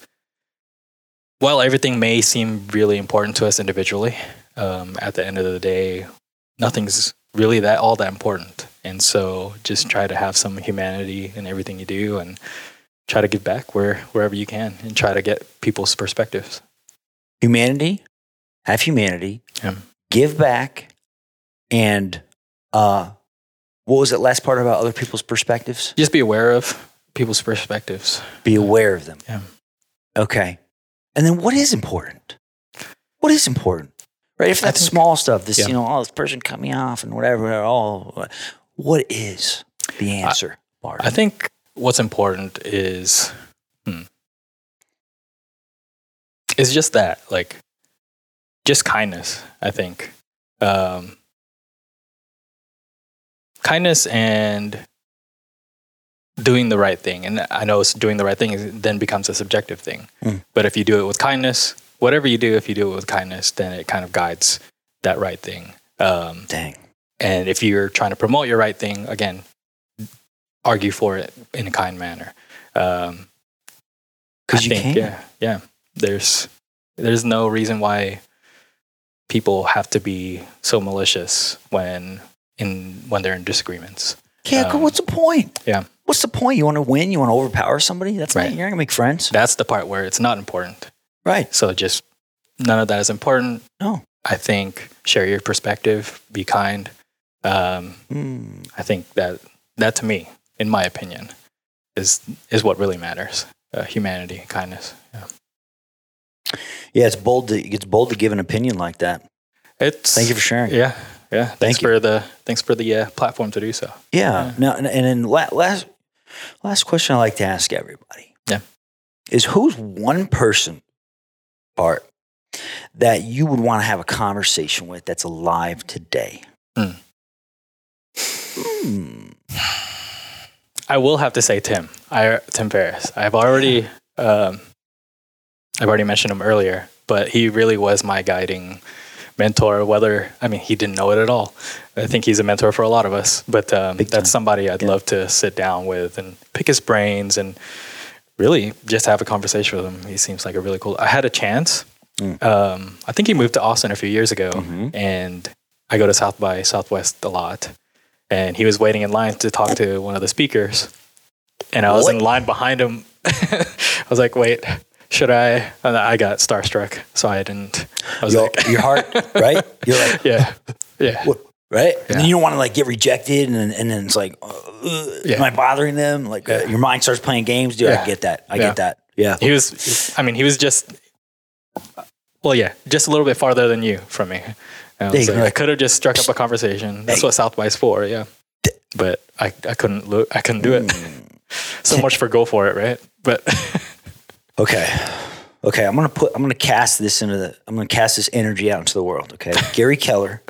Speaker 2: while everything may seem really important to us individually, um, at the end of the day, nothing's really that all that important. And so just try to have some humanity in everything you do and try to give back where wherever you can and try to get people's perspectives.
Speaker 1: humanity, have humanity,
Speaker 2: Yeah.
Speaker 1: give back, and uh, what was that last part about other people's perspectives?
Speaker 2: Just be aware of people's perspectives.
Speaker 1: Be aware of them.
Speaker 2: Yeah.
Speaker 1: Okay. And then what is important? What is important? Right? If
Speaker 2: I
Speaker 1: that's
Speaker 2: think-
Speaker 1: small stuff, this,
Speaker 2: Yeah.
Speaker 1: you know, oh, this person cut me off and whatever, whatever, oh, what is the answer? Bart?
Speaker 2: I think what's important is hmm, it's just that, like, just kindness. I think um, kindness and doing the right thing. And I know it's doing the right thing is, then becomes a subjective thing.
Speaker 1: Mm.
Speaker 2: But if you do it with kindness, whatever you do, if you do it with kindness, then it kind of guides that right thing. Um,
Speaker 1: Dang.
Speaker 2: and if you're trying to promote your right thing, again, argue for it in a kind manner. Um, I
Speaker 1: Because you
Speaker 2: think,
Speaker 1: can.
Speaker 2: yeah, yeah. There's there's no reason why people have to be so malicious when in when they're in disagreements.
Speaker 1: Yeah, 'cause
Speaker 2: Um,
Speaker 1: what's the point?
Speaker 2: yeah.
Speaker 1: What's the point? You want to win? You want to overpower somebody? That's
Speaker 2: Right.
Speaker 1: not, you're not going to make friends.
Speaker 2: That's the part where it's not important.
Speaker 1: Right.
Speaker 2: So just none of that is important.
Speaker 1: No.
Speaker 2: I think share your perspective, be kind. Um,
Speaker 1: Hmm.
Speaker 2: I think that that to me, in my opinion, is is what really matters. Uh, humanity, kindness. Yeah.
Speaker 1: Yeah, it's bold. To, it's bold to give an opinion like that.
Speaker 2: It's
Speaker 1: Thank you for sharing.
Speaker 2: Yeah, yeah. Thanks
Speaker 1: Thank you.
Speaker 2: for the thanks for the uh, platform to do so.
Speaker 1: Yeah. No, and, and then la- last last question I like to ask everybody.
Speaker 2: Yeah.
Speaker 1: Is who's one person, Bart, that you would want to have a conversation with that's alive today?
Speaker 2: Hmm.
Speaker 1: Hmm.
Speaker 2: I will have to say Tim. I Tim Ferriss. I've already um, I've already mentioned him earlier, but he really was my guiding mentor. Whether I mean he didn't know it at all. I think he's a mentor for a lot of us. But um,
Speaker 1: Big
Speaker 2: that's
Speaker 1: time.
Speaker 2: somebody I'd
Speaker 1: Yeah.
Speaker 2: love to sit down with and pick his brains and really just have a conversation with him. He seems like a really cool. I had a chance.
Speaker 1: Mm.
Speaker 2: Um, I think he moved to Austin a few years ago,
Speaker 1: Mhm.
Speaker 2: and I go to South by Southwest a lot. And he was waiting in line to talk to one of the speakers, and I was in line behind him. I was like, "Wait, should I?" And I got starstruck, so I didn't. I was
Speaker 1: Your,
Speaker 2: like,
Speaker 1: your heart, right? You're like,
Speaker 2: "Yeah, yeah,
Speaker 1: what? Right? And
Speaker 2: Yeah.
Speaker 1: then you don't want to like get rejected, and, then- and then it's like, uh, uh,
Speaker 2: Yeah.
Speaker 1: am I bothering them? Like uh, your mind starts playing games. Dude,
Speaker 2: Yeah.
Speaker 1: I get that. I
Speaker 2: Yeah.
Speaker 1: get that. Yeah.
Speaker 2: he was i mean he was just well yeah just a little bit farther than you from me And I, was
Speaker 1: There you
Speaker 2: like, I
Speaker 1: go.
Speaker 2: could have just struck up a conversation that's what south by's for yeah but i, I couldn't look i couldn't do it
Speaker 1: Hmm.
Speaker 2: so much for go for it right but
Speaker 1: Okay. Okay, I'm gonna put I'm gonna cast this into the I'm gonna cast this energy out into the world. Okay. Gary Keller.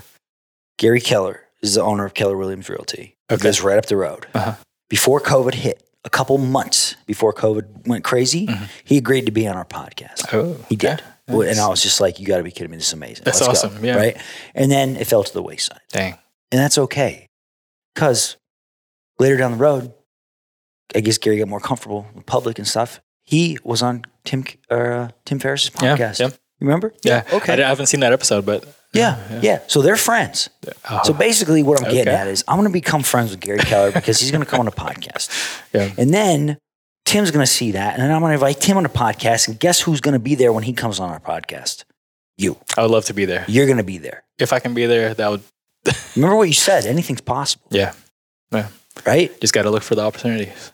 Speaker 1: Gary Keller is the owner of Keller Williams Realty. It
Speaker 2: Okay.
Speaker 1: goes right up the road.
Speaker 2: Uh-huh.
Speaker 1: Before COVID hit, a couple months before COVID went crazy, he agreed to be on our podcast.
Speaker 2: oh,
Speaker 1: He did.
Speaker 2: yeah,
Speaker 1: Well, And
Speaker 2: Mm-hmm. nice.
Speaker 1: I was just like, you gotta be kidding me, this is amazing.
Speaker 2: That's
Speaker 1: Let's go."
Speaker 2: awesome, yeah.
Speaker 1: Right. And then it fell to the wayside.
Speaker 2: dang
Speaker 1: And that's okay. Because later down the road, I guess Gary got more comfortable in public and stuff. He was on Tim or uh, Tim Ferriss's
Speaker 2: yeah
Speaker 1: podcast.
Speaker 2: yeah
Speaker 1: You remember?
Speaker 2: yeah
Speaker 1: Okay.
Speaker 2: I, d- I haven't seen that episode but
Speaker 1: yeah, yeah. So they're friends.
Speaker 2: oh,
Speaker 1: So basically, what I'm getting
Speaker 2: Okay.
Speaker 1: at is I'm going to become friends with Gary Keller because he's going to come on a podcast.
Speaker 2: Yeah.
Speaker 1: And then Tim's going to see that. And then I'm going to invite Tim on a podcast. And guess who's going to be there when he comes on our podcast? You.
Speaker 2: i would love to be there
Speaker 1: You're going to be there.
Speaker 2: if i can be there that would
Speaker 1: Remember what you said? Anything's possible.
Speaker 2: Yeah. Yeah.
Speaker 1: Right?
Speaker 2: just got to look for the opportunities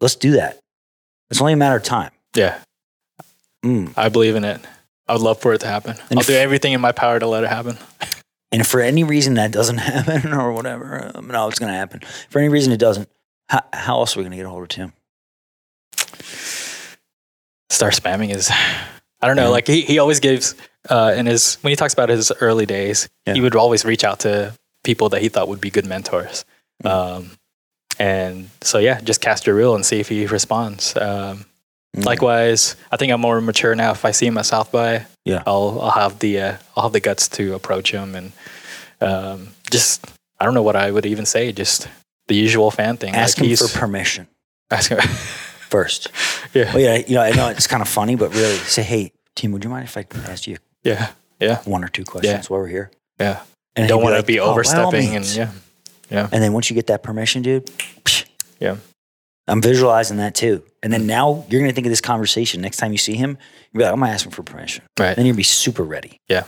Speaker 1: Let's do that. It's only a matter of time.
Speaker 2: yeah
Speaker 1: Mm.
Speaker 2: i believe in it i would love for it to happen
Speaker 1: And
Speaker 2: i'll
Speaker 1: if-
Speaker 2: do everything in my power to let it happen
Speaker 1: And if for any reason that doesn't happen or whatever, um, no, it's going to happen. For any reason it doesn't, how, how else are we going to get a hold of Tim?
Speaker 2: start spamming his. I don't know.
Speaker 1: Yeah.
Speaker 2: Like he, he always gives uh, in his when he talks about his early days,
Speaker 1: Yeah.
Speaker 2: he would always reach out to people that he thought would be good mentors.
Speaker 1: Mm.
Speaker 2: Um, and so yeah, just cast your reel and see if he responds. Um,
Speaker 1: Mm.
Speaker 2: Likewise, I think I'm more mature now. If I see him at South by,
Speaker 1: Yeah.
Speaker 2: I'll I'll have the uh, I'll have the guts to approach him and um, just I don't know what I would even say. Just the usual fan thing.
Speaker 1: ask
Speaker 2: like
Speaker 1: him for
Speaker 2: he's-
Speaker 1: permission
Speaker 2: ask him.
Speaker 1: first.
Speaker 2: Yeah.
Speaker 1: Well, yeah, you know, I know it's kind of funny, but really, say, hey, team, would you mind if I ask you
Speaker 2: yeah.
Speaker 1: one or two questions while we're here?
Speaker 2: Yeah.
Speaker 1: And
Speaker 2: don't
Speaker 1: he'd
Speaker 2: want to
Speaker 1: like,
Speaker 2: be
Speaker 1: "Oh, by all
Speaker 2: overstepping and
Speaker 1: means."
Speaker 2: yeah.
Speaker 1: And then once you get that permission, dude, psh,
Speaker 2: Yeah.
Speaker 1: I'm visualizing that too. And then now you're going to think of this conversation next time you see him. You'll be like, I'm going to ask him for permission.
Speaker 2: Right.
Speaker 1: Then you'll be super ready.
Speaker 2: Yeah.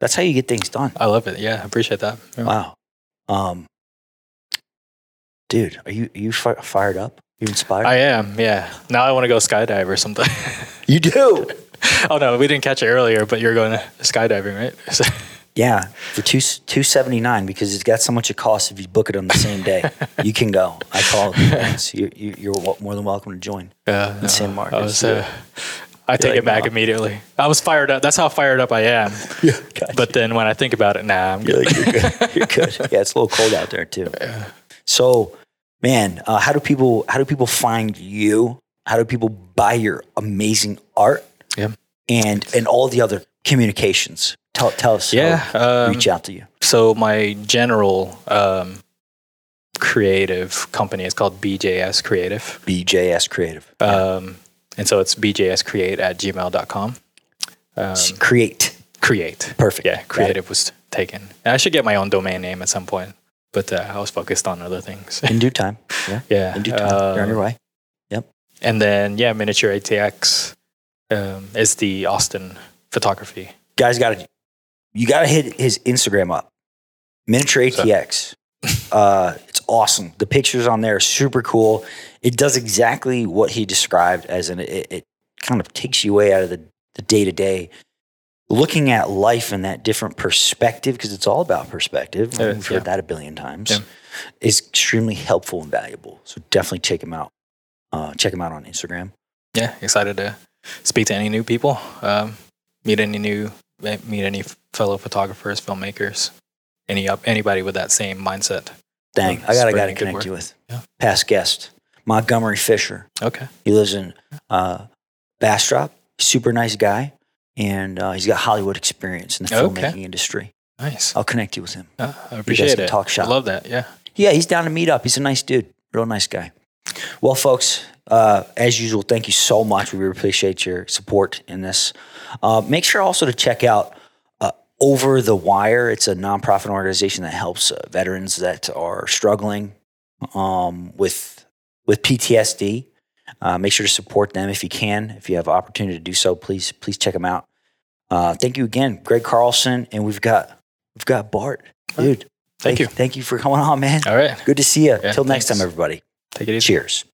Speaker 1: That's how you get things done.
Speaker 2: I love it. Yeah, I appreciate that. Yeah.
Speaker 1: Wow. Um, dude, are you, are you fi- fired up? You inspired?
Speaker 2: I am. Yeah. Now I want to go skydive or something.
Speaker 1: you do.
Speaker 2: oh no, we didn't catch it earlier, but you're going skydiving, right? So-
Speaker 1: Yeah, for two two seventy nine because it's got so much it costs if you book it on the same day. you can go. I call it. You, you, you're wa- more than welcome to join.
Speaker 2: yeah. no,
Speaker 1: San
Speaker 2: I was.
Speaker 1: Marcos,
Speaker 2: Uh, I take
Speaker 1: like,
Speaker 2: it back
Speaker 1: nah.
Speaker 2: immediately. I was fired up. That's how fired up I am.
Speaker 1: Yeah, gotcha.
Speaker 2: But then when I think about it, nah, I'm
Speaker 1: you're,
Speaker 2: good.
Speaker 1: like, you're good. You're good. Yeah, it's a little cold out there too. So, man, uh, how do people how do people find you? How do people buy your amazing art?
Speaker 2: Yeah.
Speaker 1: and and all the other communications. Tell tell us. how
Speaker 2: Yeah.
Speaker 1: to
Speaker 2: Um,
Speaker 1: reach out to you.
Speaker 2: so my general um, creative company is called BJS Creative.
Speaker 1: BJS Creative.
Speaker 2: Um, and so it's bjscreate at gmail.com. Um,
Speaker 1: Create.
Speaker 2: create.
Speaker 1: Perfect.
Speaker 2: Yeah, creative was taken. And I should get my own domain name at some point, but uh, I was focused on other things.
Speaker 1: In due time. Yeah.
Speaker 2: yeah.
Speaker 1: In due time. You're on your
Speaker 2: um,
Speaker 1: way.
Speaker 2: and then, yeah, Miniature ATX um, is the Austin photography.
Speaker 1: guys got to you got to hit his Instagram up. Miniature ATX. Uh, it's awesome. The pictures on there are super cool. It does exactly what he described as an it, it kind of takes you away out of the the day to day looking at life in that different perspective because it's all about perspective.
Speaker 2: It is,
Speaker 1: We've
Speaker 2: yeah.
Speaker 1: heard that a billion times.
Speaker 2: Yeah.
Speaker 1: Is extremely helpful and valuable. So definitely check him out. Uh, check him out on Instagram.
Speaker 2: Yeah, excited to speak to any new people, um, meet any new, meet any fellow photographers, filmmakers, any up anybody with that same mindset.
Speaker 1: Dang,
Speaker 2: Mm,
Speaker 1: I gotta
Speaker 2: spreading
Speaker 1: gotta
Speaker 2: good
Speaker 1: connect
Speaker 2: word.
Speaker 1: you with
Speaker 2: Yeah.
Speaker 1: past guest Montgomery Fisher.
Speaker 2: Okay.
Speaker 1: He lives in uh, Bastrop. Super nice guy, and uh, he's got Hollywood experience in the
Speaker 2: Okay.
Speaker 1: filmmaking industry.
Speaker 2: Nice.
Speaker 1: I'll connect you with him.
Speaker 2: Uh, I appreciate
Speaker 1: can
Speaker 2: it.
Speaker 1: talk shop.
Speaker 2: I love that. Yeah.
Speaker 1: Yeah, he's down to meet up. He's a nice dude, real nice guy. Well, folks, uh, as usual, thank you so much. We really appreciate your support in this. Uh, make sure also to check out uh, Over the Wire. It's a nonprofit organization that helps uh, veterans that are struggling um, with with PTSD. Uh, make sure to support them if you can. If you have opportunity to do so, please please check them out. Uh, thank you again, Greg Carlson, and we've got we've got Bart, dude.
Speaker 2: Thank you.
Speaker 1: Thank you for coming on, man.
Speaker 2: All right.
Speaker 1: Good to see you.
Speaker 2: Yeah,
Speaker 1: Till next
Speaker 2: thanks.
Speaker 1: time, everybody.
Speaker 2: Take it easy.
Speaker 1: Cheers.